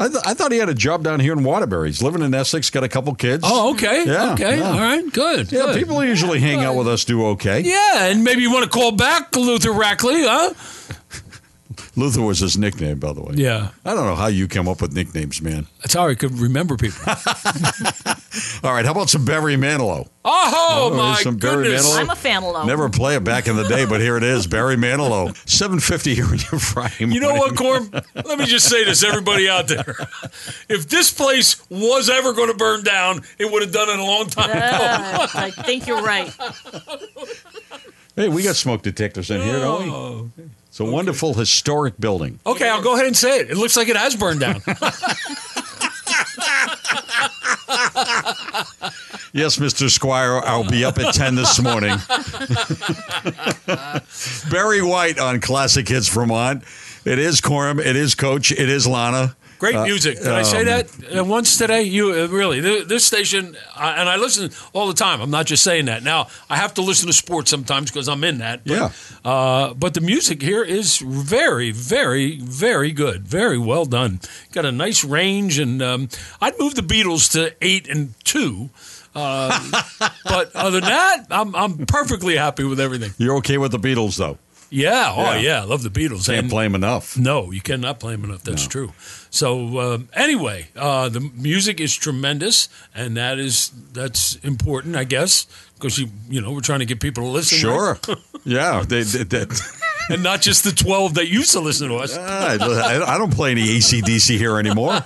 [SPEAKER 1] I, th- I thought he had a job down here in Waterbury. He's living in Essex, got a couple kids.
[SPEAKER 2] Oh, okay.
[SPEAKER 1] Yeah,
[SPEAKER 2] okay.
[SPEAKER 1] yeah.
[SPEAKER 2] All right. Good.
[SPEAKER 1] yeah.
[SPEAKER 2] good.
[SPEAKER 1] People usually hang out with us, do okay.
[SPEAKER 2] Yeah, and maybe you want to call back Luther Rackley, huh?
[SPEAKER 1] Luther was his nickname, by the way.
[SPEAKER 2] Yeah.
[SPEAKER 1] I don't know how you come up with nicknames, man.
[SPEAKER 2] That's how I could remember people.
[SPEAKER 1] All right, how about some Barry Manilow?
[SPEAKER 2] Oh, my
[SPEAKER 1] there's some Barry
[SPEAKER 2] goodness.
[SPEAKER 1] Manilow.
[SPEAKER 3] I'm a family.
[SPEAKER 1] Never play it back in the day, but here it is, Barry Manilow. 750 here in your Friday
[SPEAKER 2] You know
[SPEAKER 1] morning.
[SPEAKER 2] what, Corm? Let me just say this, everybody out there. If this place was ever going to burn down, it would have done it a long time ago.
[SPEAKER 3] Uh, I think you're right.
[SPEAKER 2] Oh.
[SPEAKER 1] Hey, we got smoke detectors in here, don't we? It's a wonderful historic building.
[SPEAKER 2] Okay, I'll go ahead and say it. It looks like it has burned down.
[SPEAKER 1] Yes, Mr. Squire, I'll be up at 10 this morning. Barry White on Classic Hits Vermont. It is Corum. It is Coach. It is Lana.
[SPEAKER 2] Great
[SPEAKER 1] Uh,
[SPEAKER 2] music. Did I say
[SPEAKER 1] um,
[SPEAKER 2] that uh, once today? You uh, really th- this station, I, and I listen all the time. I'm not just saying that. Now I have to listen to sports sometimes because I'm in that. But,
[SPEAKER 1] Yeah.
[SPEAKER 2] Uh, but the music here is very, very, very good. Very well done. Got a nice range, and um, I'd move the Beatles to eight and two. Uh, but other than that, I'm I'm perfectly happy with everything.
[SPEAKER 1] You're okay with the Beatles, though.
[SPEAKER 2] Yeah. Oh
[SPEAKER 1] Yeah.
[SPEAKER 2] yeah. I love the Beatles.
[SPEAKER 1] Can't
[SPEAKER 2] And-
[SPEAKER 1] blame enough.
[SPEAKER 2] no, you cannot play him enough. That's true. So um, anyway, uh, the music is tremendous, and that is that's important, I guess, because you you know we're trying to get people to listen, right?
[SPEAKER 1] Sure. Yeah. They, they, they,
[SPEAKER 2] and not just the twelve that used to listen to us.
[SPEAKER 1] I I don't play any ACDC here anymore.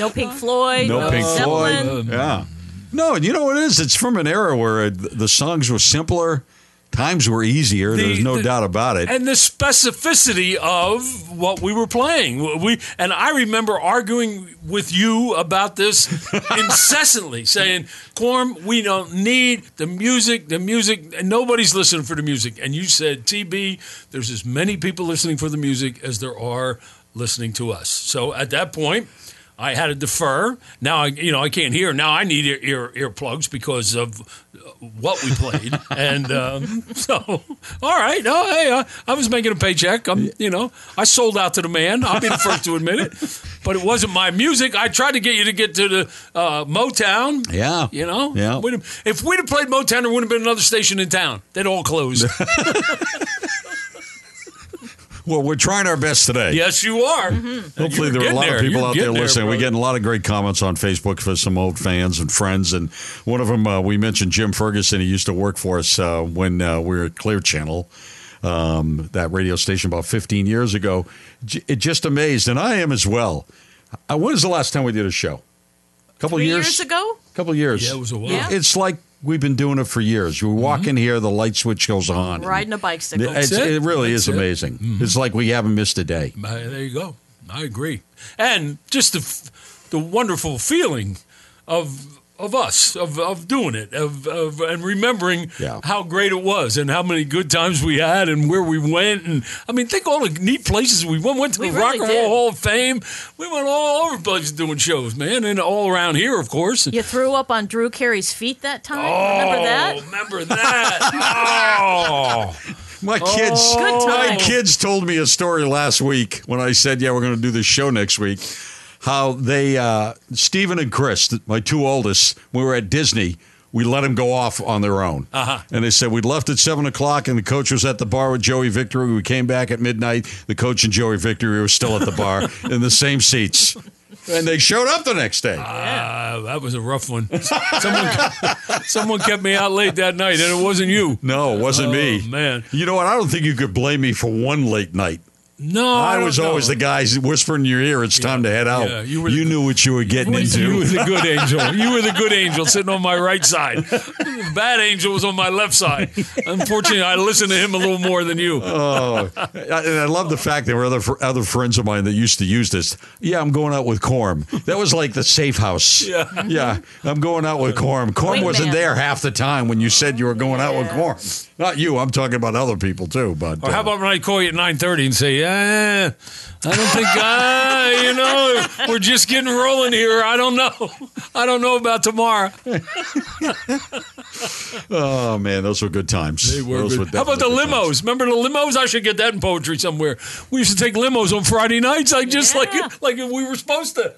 [SPEAKER 3] No Pink Floyd.
[SPEAKER 1] No Pink
[SPEAKER 3] Zeppelin.
[SPEAKER 2] Um,
[SPEAKER 1] Floyd. Oh, Yeah. No, and you know what it is? It's from an era where uh, th- the songs were simpler, times were easier. There's no
[SPEAKER 2] the-
[SPEAKER 1] doubt about it.
[SPEAKER 2] And the specificity of what we were playing. We and I remember arguing with you about this incessantly, saying, "Corm, we don't need the music. The music. And nobody's listening for the music." And you said, "TB, there's as many people listening for the music as there are listening to us." So at that point. I had to defer. Now I, you know, I can't hear. Now I need ear, ear earplugs because of uh, what we played. and um, so, all right, no, hey, I, I was making a paycheck. I'm, you know, I sold out to the man. I'll be the first to admit it. But it wasn't my music. I tried to get you to get to the uh, Motown.
[SPEAKER 1] Yeah.
[SPEAKER 2] You know,
[SPEAKER 1] Yeah.
[SPEAKER 2] We'd have- if we'd have played Motown, there wouldn't have been another station in town. They'd all close.
[SPEAKER 1] Well, we're trying our best today.
[SPEAKER 2] yes, you are.
[SPEAKER 1] Hopefully, there are a
[SPEAKER 2] getting
[SPEAKER 1] lot of
[SPEAKER 2] there.
[SPEAKER 1] people
[SPEAKER 2] You're
[SPEAKER 1] out there,
[SPEAKER 2] getting there,
[SPEAKER 1] listening. We're
[SPEAKER 2] brother.
[SPEAKER 1] getting a lot of great comments on Facebook for some old fans and friends. And one of them, uh, we mentioned Jim Ferguson. He used to work for us uh, when uh, we were at Clear Channel, um, that radio station about 15 years ago. J- it just amazed, and I am as well. Uh, when was the last time we did a show? A couple
[SPEAKER 3] Three
[SPEAKER 1] years?
[SPEAKER 3] years ago?
[SPEAKER 1] couple years.
[SPEAKER 2] Yeah, it was a while. Mm-hmm.
[SPEAKER 3] Yeah.
[SPEAKER 1] It's like we've been doing it for years. We walk in here, the light switch goes on.
[SPEAKER 3] Riding a bicycle.
[SPEAKER 1] It's-
[SPEAKER 2] That's
[SPEAKER 1] it.
[SPEAKER 2] it.
[SPEAKER 1] really is
[SPEAKER 2] That's it. Mm-hmm.
[SPEAKER 1] amazing. It's like we haven't missed a day.
[SPEAKER 2] Uh, there you go. I agree. And just the f- the wonderful feeling of of us of, of doing it of, of and remembering
[SPEAKER 1] Yeah.
[SPEAKER 2] how great it was and how many good times we had and where we went and I mean think all the neat places we went went to
[SPEAKER 3] We
[SPEAKER 2] the Rock
[SPEAKER 3] really
[SPEAKER 2] and
[SPEAKER 3] did.
[SPEAKER 2] Roll Hall of Fame we went all over the place doing shows man and all around here of course
[SPEAKER 3] You threw up on Drew Carey's feet that time.
[SPEAKER 2] oh
[SPEAKER 3] Remember that?
[SPEAKER 2] remember that oh
[SPEAKER 1] My kids,
[SPEAKER 3] Good
[SPEAKER 1] my
[SPEAKER 3] time.
[SPEAKER 1] kids told me a story last week when I said, "Yeah, we're going to do this show next week." How they, uh, Stephen and Chris, th- my two oldest, we were at Disney. We let them go off on their own,
[SPEAKER 2] Uh-huh.
[SPEAKER 1] and they said we left at seven o'clock, and the coach was at the bar with Joey Victory. We came back at midnight. The coach and Joey Victory were still at the bar in the same seats, and they showed up the next day.
[SPEAKER 2] Uh, that was a rough one. Someone, someone kept me out late that night, and it wasn't you.
[SPEAKER 1] no, it wasn't me,
[SPEAKER 2] Oh, man.
[SPEAKER 1] You know what? I don't think you could blame me for one late night.
[SPEAKER 2] No,
[SPEAKER 1] I,
[SPEAKER 2] don't
[SPEAKER 1] was
[SPEAKER 2] know.
[SPEAKER 1] always the guy whispering in your ear, it's time to head out.
[SPEAKER 2] yeah,
[SPEAKER 1] you
[SPEAKER 2] you were the-
[SPEAKER 1] knew what you were getting
[SPEAKER 2] You were
[SPEAKER 1] into.
[SPEAKER 2] the good angel. You were the good angel sitting on my right side. The bad angel was on my left side. Unfortunately, I listened to him a little more than you.
[SPEAKER 1] Oh, I- and I love the fact there were other fr- other friends of mine that used to use this. Yeah, I'm going out with Corm. That was like the safe house.
[SPEAKER 2] Yeah.
[SPEAKER 1] yeah. I'm going out with Corm. Corm
[SPEAKER 3] Wingman.
[SPEAKER 1] wasn't there half the time when you said you were going out with
[SPEAKER 3] Yeah.
[SPEAKER 1] Corm. Not you. I'm talking about other people too. But
[SPEAKER 2] Or how
[SPEAKER 1] uh,
[SPEAKER 2] about when I call you at nine thirty and say, "Yeah, I don't think, uh, you know, we're just getting rolling here. I don't know. I don't know about tomorrow."
[SPEAKER 1] oh man, those were good times.
[SPEAKER 2] They were
[SPEAKER 1] Those
[SPEAKER 2] good. How about the
[SPEAKER 1] definitely good times.
[SPEAKER 2] limos? Remember the limos? I should get that in poetry somewhere. We used to take limos on Friday nights, like just
[SPEAKER 3] Yeah.
[SPEAKER 2] like like we were supposed to.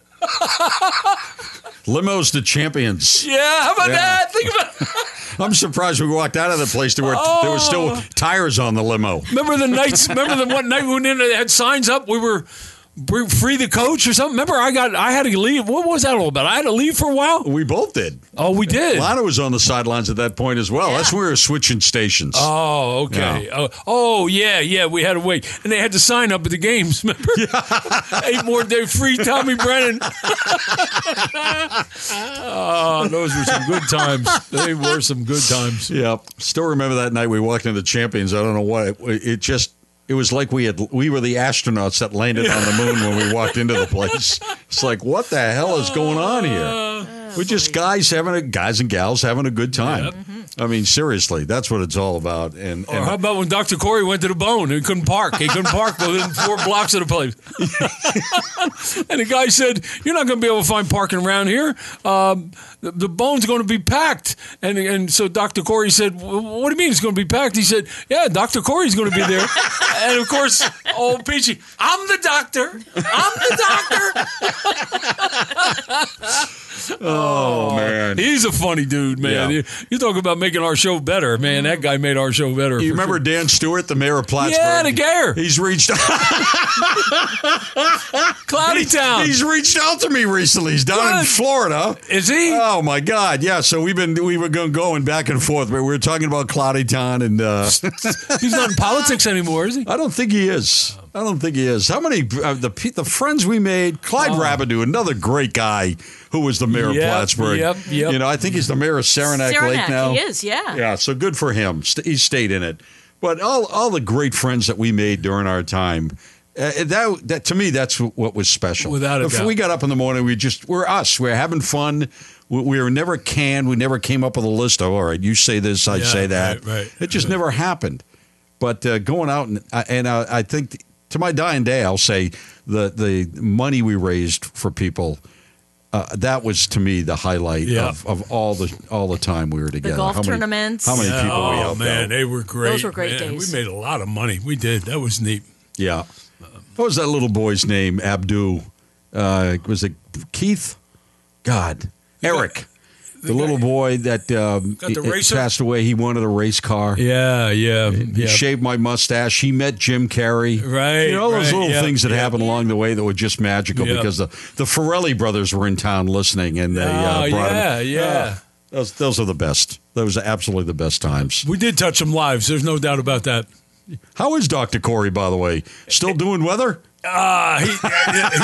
[SPEAKER 1] Limos to champions.
[SPEAKER 2] Yeah, how about
[SPEAKER 1] Yeah.
[SPEAKER 2] that? Think about.
[SPEAKER 1] I'm surprised we walked out of the place. There were there were
[SPEAKER 2] Oh.
[SPEAKER 1] still tires on the limo.
[SPEAKER 2] Remember the nights? Remember the one night we went in and they had signs up. We were br- free the coach or something. Remember, I got I had to leave. What was that all about? I had to leave for a while.
[SPEAKER 1] We both did.
[SPEAKER 2] Oh, we did.
[SPEAKER 1] Lana was on the sidelines at that point as well. That's when we were switching stations.
[SPEAKER 2] Oh, okay. Oh, oh, yeah, yeah. We had to wait, and they had to sign up at the games. Remember, eight more day free. Tommy Brennan. oh, those were some good times. They were some good times.
[SPEAKER 1] yep. Still remember that night we walked into the Champions. I don't know what it, it just It was like we had we were the astronauts that landed on the moon when we walked into the place. It's like what the hell is going on here? We're just guys having a guys and gals having a good time. I mean, seriously, that's what it's all about. And,
[SPEAKER 2] Or
[SPEAKER 1] and
[SPEAKER 2] how about when Dr. Corey went to the bone and couldn't park? He couldn't park within four blocks of the place. and the guy said, You're not going to be able to find parking around here. Um, the, the bone's going to be packed. And, and so Dr. Corey said, "Wh- What do you mean it's going to be packed? He said, Yeah, Dr. Corey's going to be there. and of course, old Peachy, I'm the doctor. I'm the doctor.
[SPEAKER 1] oh man,
[SPEAKER 2] He's a funny dude,
[SPEAKER 1] Yeah.
[SPEAKER 2] man. You, you talk about making our show better, man. That guy made our show better.
[SPEAKER 1] you
[SPEAKER 2] for
[SPEAKER 1] remember Dan Stewart, the mayor of Plattsburgh?
[SPEAKER 2] Yeah, the gayer.
[SPEAKER 1] He's reached
[SPEAKER 2] sure. Cloudy Town.
[SPEAKER 1] he's reached out to me recently. He's down in
[SPEAKER 2] Good.
[SPEAKER 1] Florida.
[SPEAKER 2] Is he?
[SPEAKER 1] Oh my God! Yeah, so we've been we were going going back and forth, but we were talking about Cloudy Town, and uh,
[SPEAKER 2] He's not in politics anymore, is he?
[SPEAKER 1] I don't think he is. I don't think he is. How many uh, the pe- the friends we made? Clyde Rabideau, another great guy who was the mayor
[SPEAKER 2] Yep,
[SPEAKER 1] of Plattsburgh.
[SPEAKER 2] yep, yep.
[SPEAKER 1] You know, I think he's the mayor of Saranac, Lake now.
[SPEAKER 3] he is, yeah.
[SPEAKER 1] Yeah, so good for him. St- he stayed in it. But all all the great friends that we made during our time, uh, that that to me that's what was special.
[SPEAKER 2] Without a
[SPEAKER 1] if
[SPEAKER 2] doubt.
[SPEAKER 1] we got up in the morning, we just we're us. We're having fun. We, we were never canned. We never came up with a list of all right. You say this, I
[SPEAKER 2] Yeah,
[SPEAKER 1] say that.
[SPEAKER 2] right, right.
[SPEAKER 1] It just never happened. But uh, going out and I- and uh, I think t- to my dying day, I'll say the the money we raised for people. Uh, that was to me the highlight
[SPEAKER 2] Yeah.
[SPEAKER 1] of, of all the all the time we were together.
[SPEAKER 3] golf
[SPEAKER 1] how many,
[SPEAKER 3] tournaments.
[SPEAKER 1] How many
[SPEAKER 2] Yeah,
[SPEAKER 1] people we
[SPEAKER 2] oh
[SPEAKER 1] helped
[SPEAKER 2] man,
[SPEAKER 1] out.
[SPEAKER 2] they were great.
[SPEAKER 3] Those were great
[SPEAKER 2] man.
[SPEAKER 3] days.
[SPEAKER 2] We made a lot of money. We did. That was neat.
[SPEAKER 1] Yeah. What was that little boy's name? Abdu. Uh, was it Keith? God. Eric. The little boy that um,
[SPEAKER 2] Got the
[SPEAKER 1] i- i-
[SPEAKER 2] racer?
[SPEAKER 1] passed away. He wanted a race car.
[SPEAKER 2] Yeah, yeah, yeah.
[SPEAKER 1] He shaved my mustache. He met Jim Carrey.
[SPEAKER 2] Right,
[SPEAKER 1] You know, all those
[SPEAKER 2] right,
[SPEAKER 1] little
[SPEAKER 2] yeah,
[SPEAKER 1] things that
[SPEAKER 2] yeah.
[SPEAKER 1] happened along the way that were just magical
[SPEAKER 2] Yeah.
[SPEAKER 1] because the, the Ferrelli brothers were in town listening and they uh,
[SPEAKER 2] Oh,
[SPEAKER 1] brought him-
[SPEAKER 2] yeah, yeah.
[SPEAKER 1] Those, those are the best. Those are absolutely the best times.
[SPEAKER 2] We did touch some lives. There's no doubt about that.
[SPEAKER 1] How is Dr. Corey, by the way? Still doing weather?
[SPEAKER 2] Uh, he, he's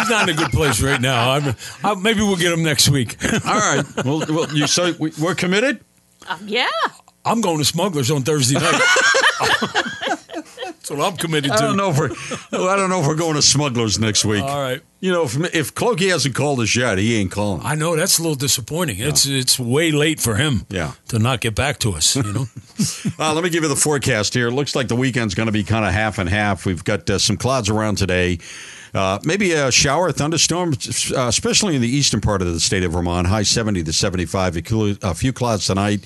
[SPEAKER 2] not in a good place right now. I'm, I, maybe we'll get him next week.
[SPEAKER 1] All right. Well, well you so we, we're committed.
[SPEAKER 3] Um, yeah.
[SPEAKER 2] I'm going to Smugglers on Thursday night. That's what I'm committed to.
[SPEAKER 1] I don't know if we're I don't know if we're going to Smugglers next week.
[SPEAKER 2] All right.
[SPEAKER 1] You know, if if Clokey hasn't called us yet, he ain't calling.
[SPEAKER 2] I know that's a little disappointing. It's it's way late for him.
[SPEAKER 1] Yeah.
[SPEAKER 2] To not get back to us, you know.
[SPEAKER 1] Uh, let me give you the forecast here. It looks like the weekend's going to be kind of half and half. We've got uh, some clouds around today. Uh, maybe a shower, a thunderstorm, s- uh, especially in the eastern part of the state of Vermont. High 70 to 75. A clu- A few clouds tonight.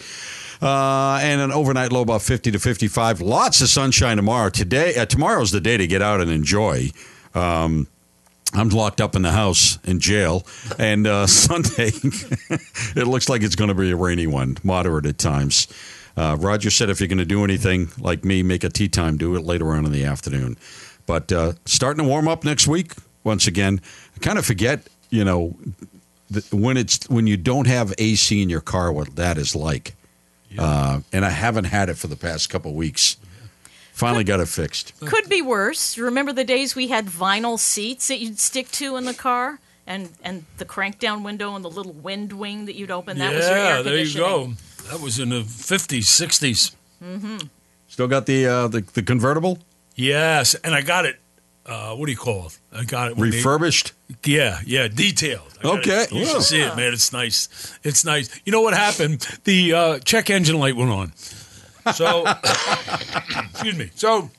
[SPEAKER 1] Uh, and an overnight low about 50 to 55. Lots of sunshine tomorrow. Today, uh, tomorrow's the day to get out and enjoy. Um, I'm locked up in the house in jail, and uh, Sunday it looks like it's going to be a rainy one, moderate at times. Uh, Roger said if you're going to do anything like me, make a tea time, do it later on in the afternoon. But uh, starting to warm up next week once again. I kind of forget, you know, th- when it's when you don't have AC in your car, what that is like. Uh, and I haven't had it for the past couple weeks. Finally got it fixed.
[SPEAKER 3] Could be worse. Remember the days we had vinyl seats that you'd stick to in the car? And, and the crank down window and the little wind wing that you'd open. That
[SPEAKER 2] yeah,
[SPEAKER 3] was your air
[SPEAKER 2] there you
[SPEAKER 3] conditioning.
[SPEAKER 2] go. That was in the 50s, 60s.
[SPEAKER 1] Still got the uh, the, the convertible
[SPEAKER 2] Yes, and I got it. Uh, what do you call it? I got it. when they-
[SPEAKER 1] refurbished.
[SPEAKER 2] yeah, yeah, detailed. I got
[SPEAKER 1] Okay,
[SPEAKER 2] it. you
[SPEAKER 1] yeah.
[SPEAKER 2] should see it, man. It's nice. It's nice. You know what happened? The uh, check engine light went on. So, excuse me. So,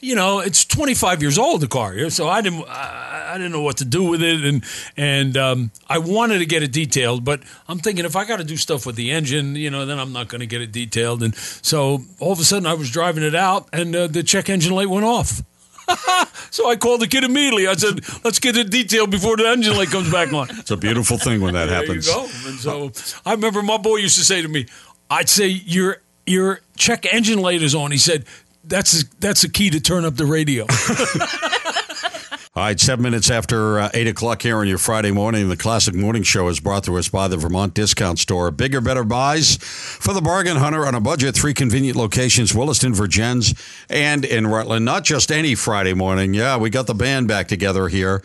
[SPEAKER 2] you know, it's 25 years old the car, yeah, so I didn't I, I didn't know what to do with it, and and um, I wanted to get it detailed, but I'm thinking if I got to do stuff with the engine, you know, then I'm not going to get it detailed, and so all of a sudden I was driving it out, and uh, the check engine light went off. So I called the kid immediately. I said, "Let's get it detailed before the engine light comes back on."
[SPEAKER 1] It's a beautiful thing when that happens.
[SPEAKER 2] There you go. And so I remember my boy used to say to me, "I'd say your your check engine light is on." He said, "That's a, that's a key to turn up the radio."
[SPEAKER 1] All right, seven minutes after uh, eight o'clock here on your Friday morning, the Classic Morning Show is brought to us by the Vermont Discount Store. Bigger, better buys for the bargain hunter on a budget. Three convenient locations: Williston, Virgins, and in Rutland. Not just any Friday morning. Yeah, we got the band back together here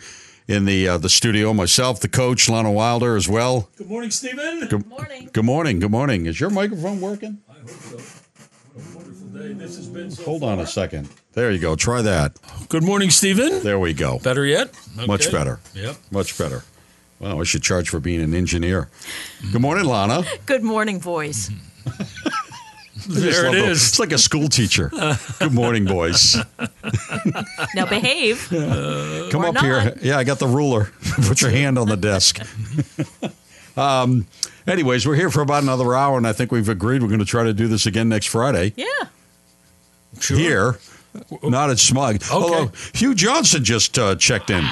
[SPEAKER 1] in the uh, the studio. Myself, the coach, Lana Wilder, as well.
[SPEAKER 2] Good morning, Stephen.
[SPEAKER 3] Morning.
[SPEAKER 1] Good morning. Good morning. Is your microphone working?
[SPEAKER 2] I hope so. What a wonderful day. This has been
[SPEAKER 1] Hold on a second. There you go. Try that.
[SPEAKER 2] Good morning, Stephen.
[SPEAKER 1] There we go.
[SPEAKER 2] Better yet,
[SPEAKER 1] Much
[SPEAKER 2] Okay.
[SPEAKER 1] better.
[SPEAKER 2] Yep.
[SPEAKER 1] Much better. Wow, I should charge for being an engineer. Good morning, Lana.
[SPEAKER 3] Good morning, boys.
[SPEAKER 1] Just
[SPEAKER 2] There
[SPEAKER 1] love
[SPEAKER 2] it
[SPEAKER 1] those.
[SPEAKER 2] is.
[SPEAKER 1] It's like a school teacher. Good morning, boys.
[SPEAKER 3] Now behave.
[SPEAKER 1] Come
[SPEAKER 3] Or
[SPEAKER 1] up here.
[SPEAKER 3] not.
[SPEAKER 1] Yeah, I got the ruler. Put your hand on the desk. um, anyways, we're here for about another hour, and I think we've agreed we're going to try to do this again next Friday
[SPEAKER 3] Yeah.
[SPEAKER 2] Sure.
[SPEAKER 1] here, not at Smug. Although Hugh Johnson just uh, checked in.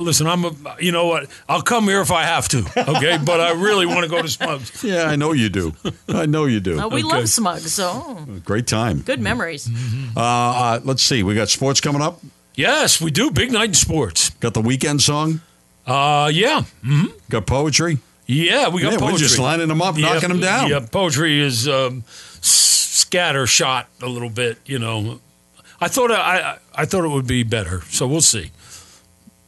[SPEAKER 2] Listen, I'm a. You know what? I'll come here if I have to. Okay, but I really want to go to Smugs.
[SPEAKER 1] Yeah, I know you do. I know you do.
[SPEAKER 3] Uh, we
[SPEAKER 2] Okay.
[SPEAKER 3] love Smugs, so
[SPEAKER 1] Great time.
[SPEAKER 3] good memories.
[SPEAKER 1] Uh, uh, let's see. We got sports coming up.
[SPEAKER 2] Yes, we do. Big night in sports.
[SPEAKER 1] Got the weekend song.
[SPEAKER 2] Uh, yeah,
[SPEAKER 1] Got poetry.
[SPEAKER 2] yeah. We got
[SPEAKER 1] Yeah,
[SPEAKER 2] poetry.
[SPEAKER 1] we're just lining them up, knocking them down.
[SPEAKER 2] Yeah, poetry is um, s- scatter shot a little bit. You know, I thought I, I I thought it would be better. So we'll see.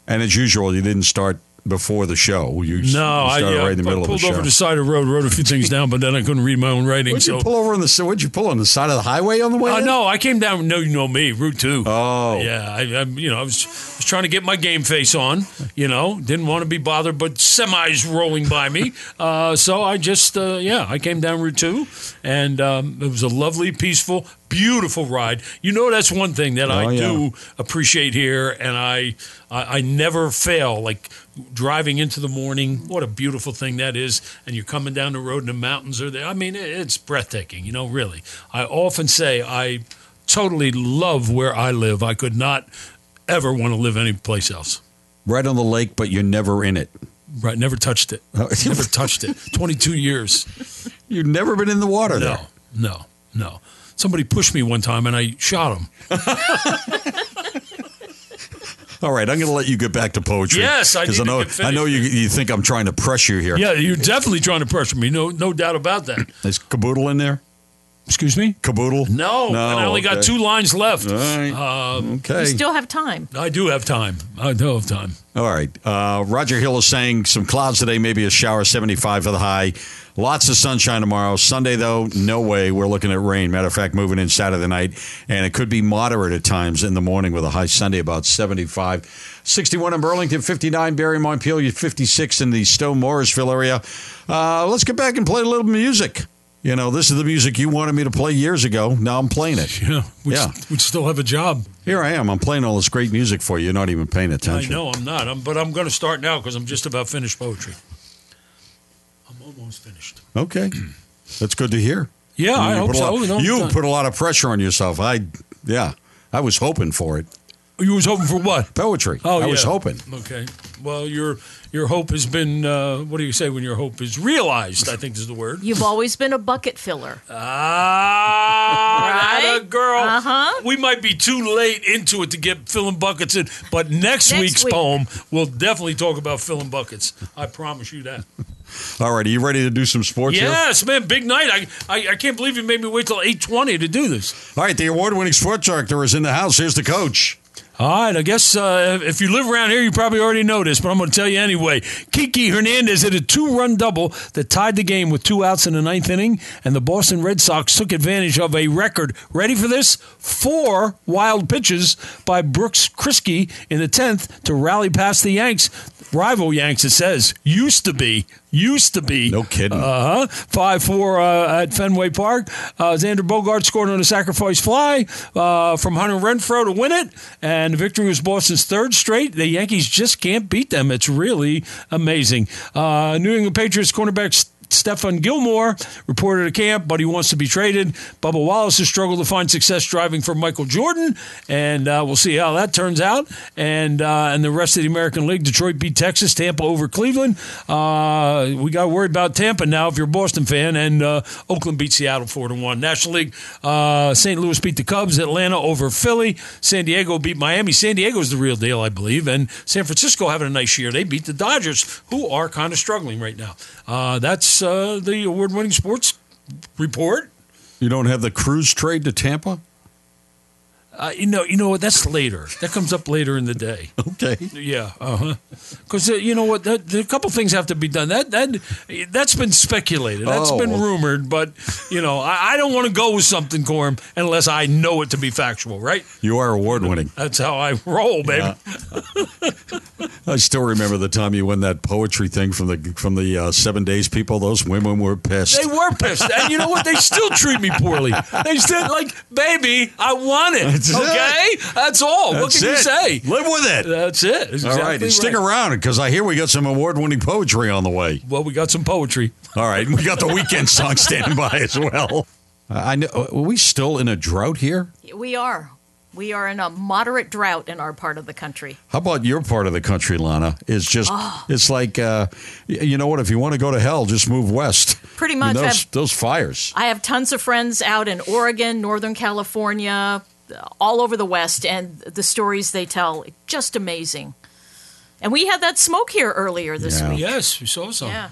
[SPEAKER 1] And as usual, you didn't start before the show. You, s- you
[SPEAKER 2] No, I,
[SPEAKER 1] started
[SPEAKER 2] yeah,
[SPEAKER 1] right in the
[SPEAKER 2] I
[SPEAKER 1] middle of the
[SPEAKER 2] pulled
[SPEAKER 1] show.
[SPEAKER 2] over to the side of the road, wrote a few things down, but then I couldn't read my own writing.
[SPEAKER 1] What'd
[SPEAKER 2] so
[SPEAKER 1] you pull over on the si- What'd you pull on the side of the highway on the way?
[SPEAKER 2] Uh,
[SPEAKER 1] in?
[SPEAKER 2] no, I came down. No, you know me, Route Two.
[SPEAKER 1] Oh.
[SPEAKER 2] yeah. I, I you know, I was, was trying to get my game face on. You know, didn't want to be bothered, but semis rolling by me. Uh, so I just, uh, yeah, I came down Route Two, and um, it was a lovely, peaceful, beautiful ride. You know, that's one thing that
[SPEAKER 1] Oh,
[SPEAKER 2] I
[SPEAKER 1] yeah.
[SPEAKER 2] do appreciate here, and I, I, I never fail. Like driving into the morning, what a beautiful thing that is. And you're coming down the road, and the mountains are there. I mean, it, it's breathtaking. You know, really. I often say I totally love where I live. I could not ever want to live anyplace else.
[SPEAKER 1] Right on the lake, but you're never in it.
[SPEAKER 2] Right? Never touched it. never touched it. Twenty-two years.
[SPEAKER 1] You've never been in the water
[SPEAKER 2] No,
[SPEAKER 1] there.
[SPEAKER 2] no, no. Somebody pushed me one time, and I shot him.
[SPEAKER 1] All right, I'm going to let you get back to poetry.
[SPEAKER 2] Yes, I
[SPEAKER 1] 'cause
[SPEAKER 2] need to
[SPEAKER 1] know.
[SPEAKER 2] get
[SPEAKER 1] I
[SPEAKER 2] finished.
[SPEAKER 1] know you. You think I'm trying to pressure you here.
[SPEAKER 2] Yeah, you're definitely trying to pressure me. No, no doubt about that.
[SPEAKER 1] Is caboodle in there?
[SPEAKER 2] Excuse me.
[SPEAKER 1] Caboodle?
[SPEAKER 2] No, Um, and I only got
[SPEAKER 1] okay.
[SPEAKER 2] two lines left.
[SPEAKER 1] All right. okay.
[SPEAKER 3] We still have time.
[SPEAKER 2] I do have time. I do have time.
[SPEAKER 1] All right. Uh, Roger Hill is saying some clouds today, maybe a shower, 75 for the high. Lots of sunshine tomorrow. Sunday, though, no way. We're looking at rain. Matter of fact, moving in Saturday night. And it could be moderate at times in the morning with a high Sunday, about 75. 61 in Burlington, 59 Barry Montpelier, 56 in the Stowe Morrisville area. Uh, let's get back and play a little music. You know, this is the music you wanted me to play years ago. Now I'm playing it.
[SPEAKER 2] Yeah, we
[SPEAKER 1] Yeah.
[SPEAKER 2] we still have a job.
[SPEAKER 1] Here I am. I'm playing all this great music for you. You're not even paying
[SPEAKER 2] I
[SPEAKER 1] attention.
[SPEAKER 2] know I'm not. I'm, but I'm going to start now because I'm just about finished poetry. I'm almost finished.
[SPEAKER 1] Okay. That's good to hear.
[SPEAKER 2] Yeah, I
[SPEAKER 1] you
[SPEAKER 2] hope
[SPEAKER 1] put a
[SPEAKER 2] so.
[SPEAKER 1] lot-
[SPEAKER 2] No, uh, I'm
[SPEAKER 1] you
[SPEAKER 2] done.
[SPEAKER 1] put a lot of pressure on yourself. I, yeah, I was hoping for it.
[SPEAKER 2] you was hoping for what?
[SPEAKER 1] Poetry.
[SPEAKER 2] Oh,
[SPEAKER 1] I was
[SPEAKER 2] yeah.
[SPEAKER 1] hoping.
[SPEAKER 2] Okay. Well, your your hope has been. Uh, what do you say when your hope is realized? I think is the word.
[SPEAKER 3] You've always been a bucket filler.
[SPEAKER 2] Ah,
[SPEAKER 3] Right?
[SPEAKER 2] that a girl.
[SPEAKER 3] Uh-huh.
[SPEAKER 2] We might be too late into it to get filling buckets in, but next,
[SPEAKER 3] Next
[SPEAKER 2] week's
[SPEAKER 3] week.
[SPEAKER 2] poem we'll definitely talk about filling buckets. I promise you that.
[SPEAKER 1] All right, are you ready to do some sports here?
[SPEAKER 2] yes, man, big night. I, I I can't believe you made me wait till eight twenty to do this.
[SPEAKER 1] All right, the award-winning sports director is in the house. Here's the coach.
[SPEAKER 2] All right, I guess uh, if you live around here, you probably already know this, but I'm going to tell you anyway. Kiki Hernandez hit a two run double that tied the game with two outs in the ninth inning, and the Boston Red Sox took advantage of a record, ready for this, four wild pitches by Brooks Krisky in the 10th to rally past the Yanks. Rival Yanks, it says, used to be, used to be.
[SPEAKER 1] No kidding.
[SPEAKER 2] Uh huh. Five four uh, at Fenway Park. Uh, Xander Bogart scored on a sacrifice fly uh, from Hunter Renfro to win it, and the victory was Boston's third straight. The Yankees just can't beat them. It's really amazing. Uh, New England Patriots cornerback. S- Stefan Gilmore reported to camp, but he wants to be traded. Bubba Wallace has struggled to find success driving for Michael Jordan, and uh, we'll see how that turns out. And uh, and the rest of the American League, Detroit beat Texas, Tampa over Cleveland. Uh, we got to worry about Tampa now if you're a Boston fan, and uh, Oakland beat Seattle four to one. National League, uh, St. Louis beat the Cubs, Atlanta over Philly, San Diego beat Miami. San Diego's the real deal, I believe, and San Francisco having a nice year. They beat the Dodgers, who are kind of struggling right now. Uh, that's uh, the award-winning sports report.
[SPEAKER 1] You don't have the cruise trade to Tampa?
[SPEAKER 2] Uh, you know, you know what? That's later. That comes up later in the day.
[SPEAKER 1] Okay.
[SPEAKER 2] Yeah, uh-huh. Because uh, you know what, that, a couple things have to be done. That that that's been speculated. That's
[SPEAKER 1] Oh.
[SPEAKER 2] been rumored, but you know, I, I don't want to go with something, Corm, unless I know it to be factual. Right?
[SPEAKER 1] You are award winning.
[SPEAKER 2] That's how I roll, baby.
[SPEAKER 1] I still remember the time you won that poetry thing from the from the uh, Seven Days people. Those women were pissed.
[SPEAKER 2] They were pissed, and you know what? They still treat me poorly. They still like, baby, I want it.
[SPEAKER 1] That's it.
[SPEAKER 2] okay, that's all. what
[SPEAKER 1] That's
[SPEAKER 2] can you
[SPEAKER 1] it.
[SPEAKER 2] say?
[SPEAKER 1] Live with it.
[SPEAKER 2] That's it. That's
[SPEAKER 1] All right,
[SPEAKER 2] exactly
[SPEAKER 1] and stick around because I hear we got some award winning poetry on the way.
[SPEAKER 2] Well, we got some poetry.
[SPEAKER 1] All right, and we got the weekend song standing by as well. Uh, I know. Are we still in a drought here?
[SPEAKER 3] We are. We are in a moderate drought in our part of the country.
[SPEAKER 1] How about your part of the country, Lana? It's just, it's like, uh, y- you know what? If you want to go to hell, just move west.
[SPEAKER 3] Pretty
[SPEAKER 1] I mean,
[SPEAKER 3] much,
[SPEAKER 1] those,
[SPEAKER 3] I've-
[SPEAKER 1] those fires.
[SPEAKER 3] I have tons of friends out in Oregon, Northern California, all over the West, and the stories they tell just amazing. And we had that smoke here earlier this
[SPEAKER 1] Yeah. Oh,
[SPEAKER 3] week.
[SPEAKER 2] Yes, we saw some.
[SPEAKER 3] Yeah.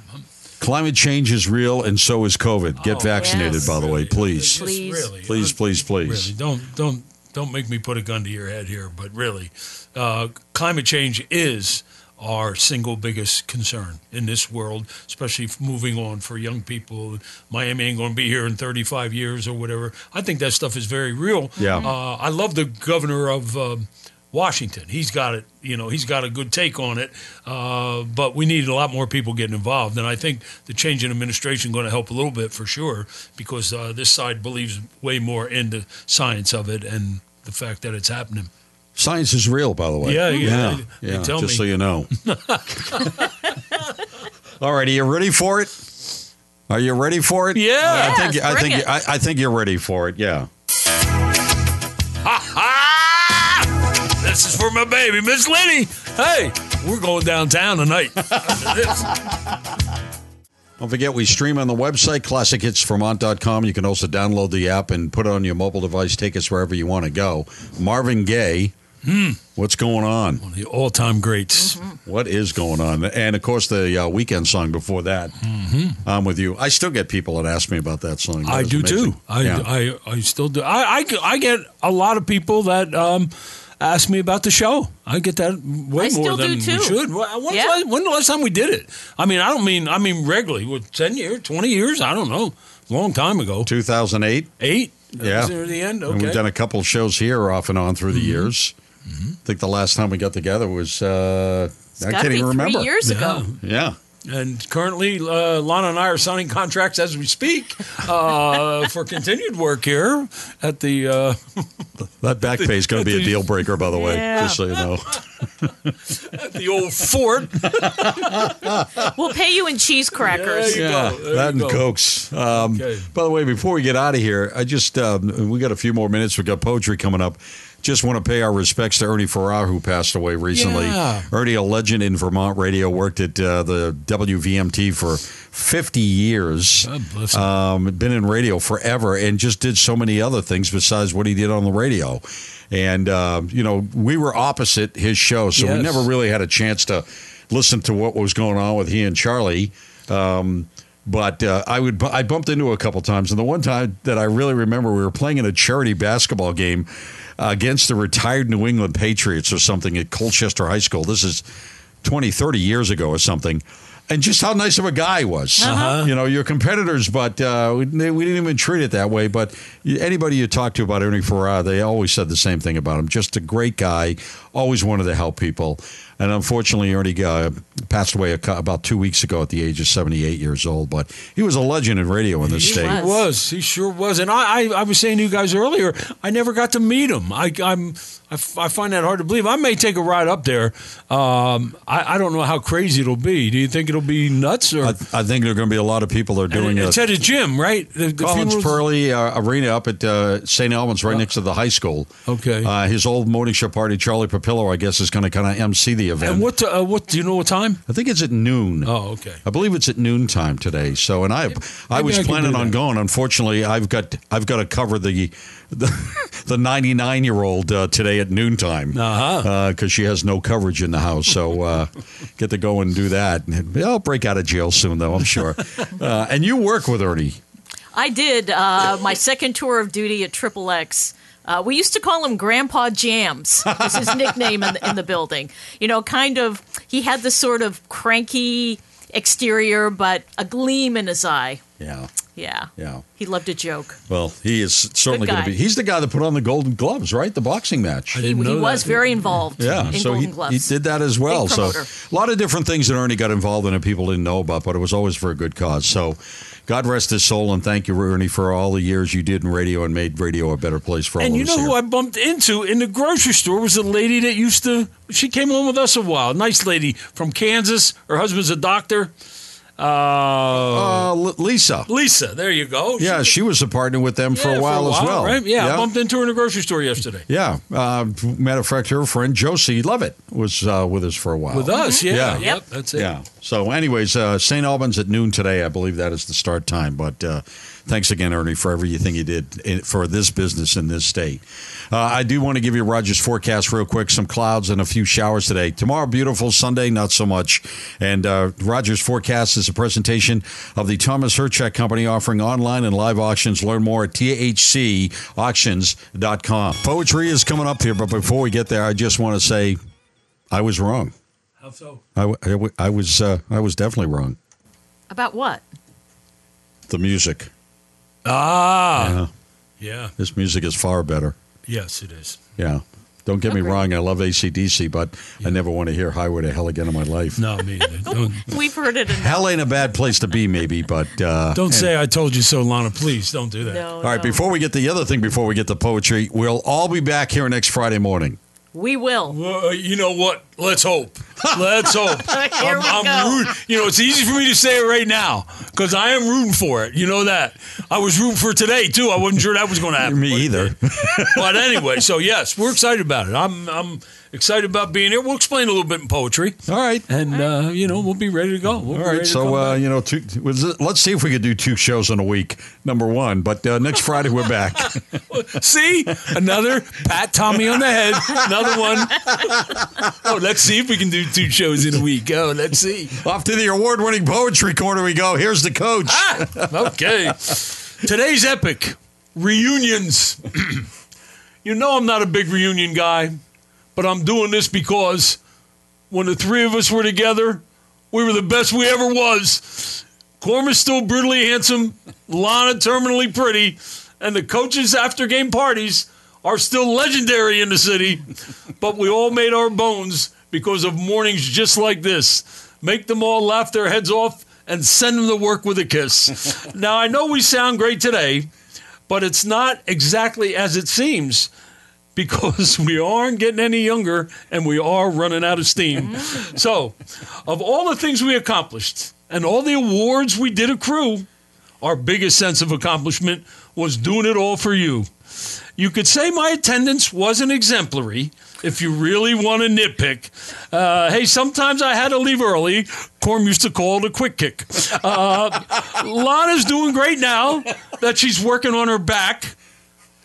[SPEAKER 1] Climate change is real, and so is COVID. Get
[SPEAKER 2] Oh,
[SPEAKER 1] vaccinated,
[SPEAKER 3] yes.
[SPEAKER 1] by the way, please.
[SPEAKER 2] Yes,
[SPEAKER 3] Please.
[SPEAKER 2] really.
[SPEAKER 1] Please, please, please.
[SPEAKER 2] Really, don't don't don't make me put a gun to your head here, but really, uh, climate change is our single biggest concern in this world, especially f- moving on for young people. Miami ain't going to be here in 35 years or whatever. I think that stuff is very real.
[SPEAKER 1] Yeah.
[SPEAKER 2] Uh, I love the governor of. Um, Washington, he's got it. You know, he's got a good take on it. Uh, but we need a lot more people getting involved, and I think the change in administration going to help a little bit for sure because uh, this side believes way more in the science of it and the fact that it's happening.
[SPEAKER 1] Science is real, by the way.
[SPEAKER 2] Yeah, yeah,
[SPEAKER 1] yeah.
[SPEAKER 2] they- they
[SPEAKER 1] yeah,
[SPEAKER 2] tell
[SPEAKER 1] just
[SPEAKER 2] me.
[SPEAKER 1] so you know. All right, are you ready for it? Are you ready for it?
[SPEAKER 2] Yeah.
[SPEAKER 1] I think
[SPEAKER 3] Yes,
[SPEAKER 1] I
[SPEAKER 3] bring
[SPEAKER 1] think
[SPEAKER 3] it.
[SPEAKER 1] I, I think you're ready for it. Yeah.
[SPEAKER 2] Ah! This is for my baby, Miss Lenny. Hey, we're going downtown tonight.
[SPEAKER 1] Don't forget, we stream on the website, classichitsvermont.com. You can also download the app and put it on your mobile device. Take us wherever you want to go. Marvin Gaye,
[SPEAKER 2] Hmm.
[SPEAKER 1] what's going on?
[SPEAKER 2] the all-time greats.
[SPEAKER 1] What is going on? And of course, the uh, weekend song before that, I'm with you. I still get people that ask me about that song. That
[SPEAKER 2] Mm-hmm. I
[SPEAKER 1] is
[SPEAKER 2] do
[SPEAKER 1] amazing.
[SPEAKER 2] too. I,
[SPEAKER 1] Yeah.
[SPEAKER 2] I, I still do. I, I, I get a lot of people that um, ask me about the show. I get that way
[SPEAKER 3] I
[SPEAKER 2] more
[SPEAKER 3] still
[SPEAKER 2] than
[SPEAKER 3] do, too.
[SPEAKER 2] we should. When, when's
[SPEAKER 3] Yeah.
[SPEAKER 2] the last- when the last time we did it? I mean, I don't mean. I mean regularly. What ten years, twenty years? I don't know. Long time ago.
[SPEAKER 1] 2008.
[SPEAKER 2] Eight.
[SPEAKER 1] Yeah.
[SPEAKER 2] Is there the
[SPEAKER 1] And
[SPEAKER 2] end? Okay. Mm-hmm.
[SPEAKER 1] we've done a couple shows here off and on through the years. I think the last time we got together was uh,
[SPEAKER 3] It's
[SPEAKER 1] I
[SPEAKER 3] gotta
[SPEAKER 1] can't
[SPEAKER 3] be
[SPEAKER 1] even remember.
[SPEAKER 3] three years
[SPEAKER 2] Yeah.
[SPEAKER 3] ago.
[SPEAKER 1] Yeah.
[SPEAKER 2] And currently, uh, Lana and I are signing contracts as we speak uh, for continued work here at the. Uh,
[SPEAKER 1] That back pay is going to be a deal breaker, by the way,
[SPEAKER 3] Yeah.
[SPEAKER 1] just so you know.
[SPEAKER 2] at the old fort.
[SPEAKER 3] We'll pay you in cheese crackers.
[SPEAKER 2] Yeah, you
[SPEAKER 1] Yeah,
[SPEAKER 2] go. There
[SPEAKER 1] that
[SPEAKER 2] you
[SPEAKER 1] and
[SPEAKER 2] go.
[SPEAKER 1] Cokes. Um,
[SPEAKER 2] Okay.
[SPEAKER 1] By the way, before we get out of here, I just um, we got a few more minutes. We got poetry coming up. Just want to pay our respects to Ernie Farrar, who passed away recently.
[SPEAKER 2] Yeah.
[SPEAKER 1] Ernie, a legend in Vermont radio, worked at uh, the WVMT for 50 years.
[SPEAKER 2] God bless him.
[SPEAKER 1] um, been in radio forever and just did so many other things besides what he did on the radio. And, uh, you know, we were opposite his show, so we
[SPEAKER 2] Yes.
[SPEAKER 1] never really had a chance to listen to what was going on with he and Charlie. Um, but uh, I would I bumped into a couple times, and the one time that I really remember, we were playing in a charity basketball game uh, against the retired New England Patriots or something at Colchester High School. This is 20, 30 years ago or something. And just how nice of a guy he was, you know, your competitors, but uh, we, we didn't even treat it that way. But anybody you talk to about Ernie Farrar, they always said the same thing about him. Just a great guy, always wanted to help people. And unfortunately, Ernie uh, passed away a, cou- about two weeks ago at the age of 78 years old. But he was a legend in radio in this state.
[SPEAKER 3] was.
[SPEAKER 2] He was. He sure was. And I, I, I was saying to you guys earlier, I never got to meet him. I, I'm, I, f- I find that hard to believe. I may take a ride up there. Um, I, I don't know how crazy it'll be. Do you think it'll be nuts or?
[SPEAKER 1] I, I think there are going to be a lot of people that are doing
[SPEAKER 2] it's
[SPEAKER 1] a
[SPEAKER 2] at a gym, right? The, the
[SPEAKER 1] Collins
[SPEAKER 2] funeral's-
[SPEAKER 1] Pearly uh, Arena up at uh, St. Albans, right next to the high school.
[SPEAKER 2] Okay.
[SPEAKER 1] Uh, his old morning show party, Charlie Papillo, I guess, is going to kind of MC the event.
[SPEAKER 2] And what? Uh, what do you know? What time?
[SPEAKER 1] I think it's at noon.
[SPEAKER 2] Oh, okay.
[SPEAKER 1] I believe it's at noontime today. So, and I, I
[SPEAKER 2] maybe
[SPEAKER 1] was
[SPEAKER 2] I can
[SPEAKER 1] planning
[SPEAKER 2] do
[SPEAKER 1] on
[SPEAKER 2] that.
[SPEAKER 1] going. Unfortunately, I've got, I've got to cover the, the, the 99 year old uh, today at noontime because
[SPEAKER 2] Uh-huh.
[SPEAKER 1] uh, she has no coverage in the house. So, uh, get to go and do that. And I'll break out of jail soon, though. I'm sure. Uh, and you work with Ernie.
[SPEAKER 3] I did uh, my second tour of duty at Triple X. Uh, we used to call him Grandpa Jams. was his nickname in the, in the building. You know, kind of. He had this sort of cranky exterior, but a gleam in his eye.
[SPEAKER 1] Yeah.
[SPEAKER 3] Yeah.
[SPEAKER 1] Yeah.
[SPEAKER 3] He loved a joke.
[SPEAKER 1] Well, he is certainly
[SPEAKER 3] Good
[SPEAKER 1] going
[SPEAKER 3] guy.
[SPEAKER 1] to be. He's the guy that put on the Golden Gloves, right? The boxing match.
[SPEAKER 3] He, he
[SPEAKER 2] know that.
[SPEAKER 3] was very involved
[SPEAKER 1] Yeah,
[SPEAKER 3] in
[SPEAKER 1] so
[SPEAKER 3] Golden
[SPEAKER 1] he,
[SPEAKER 3] Gloves.
[SPEAKER 1] he did that as well.
[SPEAKER 3] Big
[SPEAKER 1] So
[SPEAKER 3] promoter.
[SPEAKER 1] a lot of different things that Ernie got involved in that people didn't know about, but it was always for a good cause. So God rest his soul, and thank you, Ernie, for all the years you did in radio and made radio a better place for all
[SPEAKER 2] And
[SPEAKER 1] of
[SPEAKER 2] you
[SPEAKER 1] us
[SPEAKER 2] know who
[SPEAKER 1] here.
[SPEAKER 2] I bumped into in the grocery store was a lady that used to. She came home with us a while. Nice lady from Kansas. Her husband's a doctor. Uh,
[SPEAKER 1] uh, L- Lisa.
[SPEAKER 2] Lisa, there you go.
[SPEAKER 1] Yeah, she was a partner with them for, a
[SPEAKER 2] Yeah,
[SPEAKER 1] while as well.
[SPEAKER 2] Right? Yeah, I
[SPEAKER 1] yeah.
[SPEAKER 2] bumped into her in the grocery store yesterday.
[SPEAKER 1] Yeah. Uh, matter of fact, her friend Josie Lovett was uh, with us for a while.
[SPEAKER 2] With us, yeah.
[SPEAKER 1] Yeah.
[SPEAKER 3] Yep.
[SPEAKER 2] That's it.
[SPEAKER 1] Yeah. So, anyways, uh, St. Albans at noon today. I believe that is the start time. But uh, thanks again, Ernie, for everything you did in, for this business in this state. Uh, I do want to give you Roger's forecast real quick. Some clouds and a few showers today. Tomorrow, beautiful. Sunday, not so much. And uh, Roger's forecast is a presentation of the Thomas Herchak Company offering online and live auctions. Learn more at thhcauctions.com. Poetry is coming up here, but before we get there, I just want to say I was wrong.
[SPEAKER 2] How so?
[SPEAKER 1] I, w- I w- I was uh, I was definitely wrong.
[SPEAKER 3] About what?
[SPEAKER 1] The music.
[SPEAKER 2] Ah.
[SPEAKER 1] Yeah.
[SPEAKER 2] Yeah.
[SPEAKER 1] This music is far better.
[SPEAKER 2] Yes, it is.
[SPEAKER 1] Yeah. Don't get me
[SPEAKER 3] Agreed.
[SPEAKER 1] wrong. I love ACDC, but I never want to hear Highway to Hell again in my life.
[SPEAKER 2] No, me either. Don't,
[SPEAKER 3] We've heard it enough.
[SPEAKER 1] Hell ain't a bad place to be, maybe, but. Uh,
[SPEAKER 2] don't say I told you so, Lana. Please don't do that.
[SPEAKER 3] No,
[SPEAKER 1] all right,
[SPEAKER 3] no.
[SPEAKER 1] before we get the other thing, before we get the poetry, we'll all be back here next Friday morning.
[SPEAKER 3] we will.
[SPEAKER 2] Well, uh, you know what? Let's hope. Let's hope.
[SPEAKER 3] Here we
[SPEAKER 2] I'm,
[SPEAKER 3] go.
[SPEAKER 2] I'm rooting. You know, it's easy for me to say it right now because I am rooting for it. You know that. I was rooting for today too. I wasn't sure that was going to happen.
[SPEAKER 1] Me either.
[SPEAKER 2] But anyway, so yes, we're excited about it. I'm I'm excited about being here. We'll explain a little bit in poetry,
[SPEAKER 1] All right.
[SPEAKER 2] and uh, you know we'll be ready to go. We'll be
[SPEAKER 1] All right,
[SPEAKER 2] ready to come
[SPEAKER 1] so uh,
[SPEAKER 2] back.
[SPEAKER 1] you know, two, was it- let's see if we could do two shows in a week. Number one, but uh, next Friday we're back. uh,
[SPEAKER 2] See? Another pat Tommy on the head. Another one. Oh, let's see if we can do two shows in a week. Oh, let's see.
[SPEAKER 1] Off to the award-winning poetry corner we go. Here's the coach.
[SPEAKER 2] Ah! Okay. Today's epic reunions. you know, I'm not a big reunion guy, but I'm doing this because when the three of us were together, we were the best we ever was. Corma's still brutally handsome, Lana terminally pretty, and the coaches' after game parties are still legendary in the city. But we all made our bones because of mornings just like this. Make them all laugh their heads off and send them to work with a kiss. now, I know we sound great today, but it's not exactly as it seems because we aren't getting any younger and we are running out of steam. so, of all the things we accomplished and all the awards we did accrue, our biggest sense of accomplishment was doing it all for you. You could say my attendance wasn't exemplary if you really want to nitpick. Uh, hey, sometimes I had to leave early. Corm used to call it a quick kick. Uh, Lana's doing great now that she's working on her back.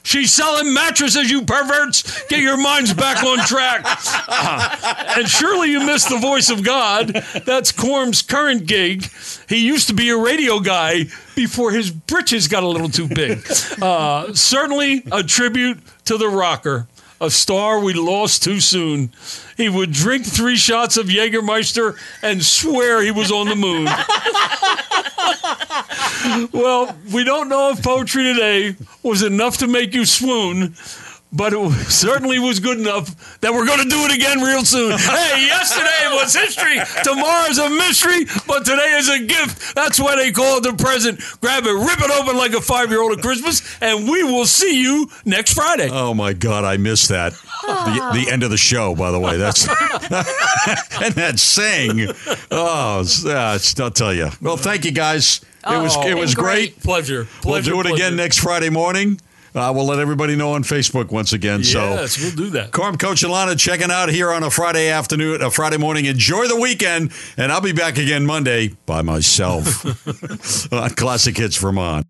[SPEAKER 2] She's selling mattresses, you perverts. Get your minds back on track. Uh, and surely you missed the voice of God. That's Corm's current gig. He used to be a radio guy before his britches got a little too big. Uh, certainly a tribute to the rocker, a star we lost too soon. He would drink three shots of Jägermeister and swear he was on the moon. Well, we don't know if poetry today was enough to make you swoon, but it was- certainly was good enough that we're going to do it again real soon. Hey, yesterday was history. Tomorrow's a mystery, but today is a gift. That's why they call it the present. Grab it, rip it open like a five year old at Christmas, and we will see you next Friday.
[SPEAKER 1] Oh my God, I missed that. The,
[SPEAKER 2] Ah.
[SPEAKER 1] the end of the show, by the way. That's and that sang. Oh, it's, uh, it's- I'll tell you. Well, thank you guys. it was it was great.
[SPEAKER 2] Pleasure.
[SPEAKER 1] We'll
[SPEAKER 2] Oh, Pleasure,
[SPEAKER 1] do it
[SPEAKER 2] pleasure.
[SPEAKER 1] again next Friday morning. Uh, we'll let everybody know on Facebook once again.
[SPEAKER 2] Yes,
[SPEAKER 1] So,
[SPEAKER 2] we'll do that.
[SPEAKER 1] Corm Coach and Lana checking out here on a Friday afternoon, a Friday morning. Enjoy the weekend, and I'll be back again Monday by myself on Uh, Classic Hits Vermont.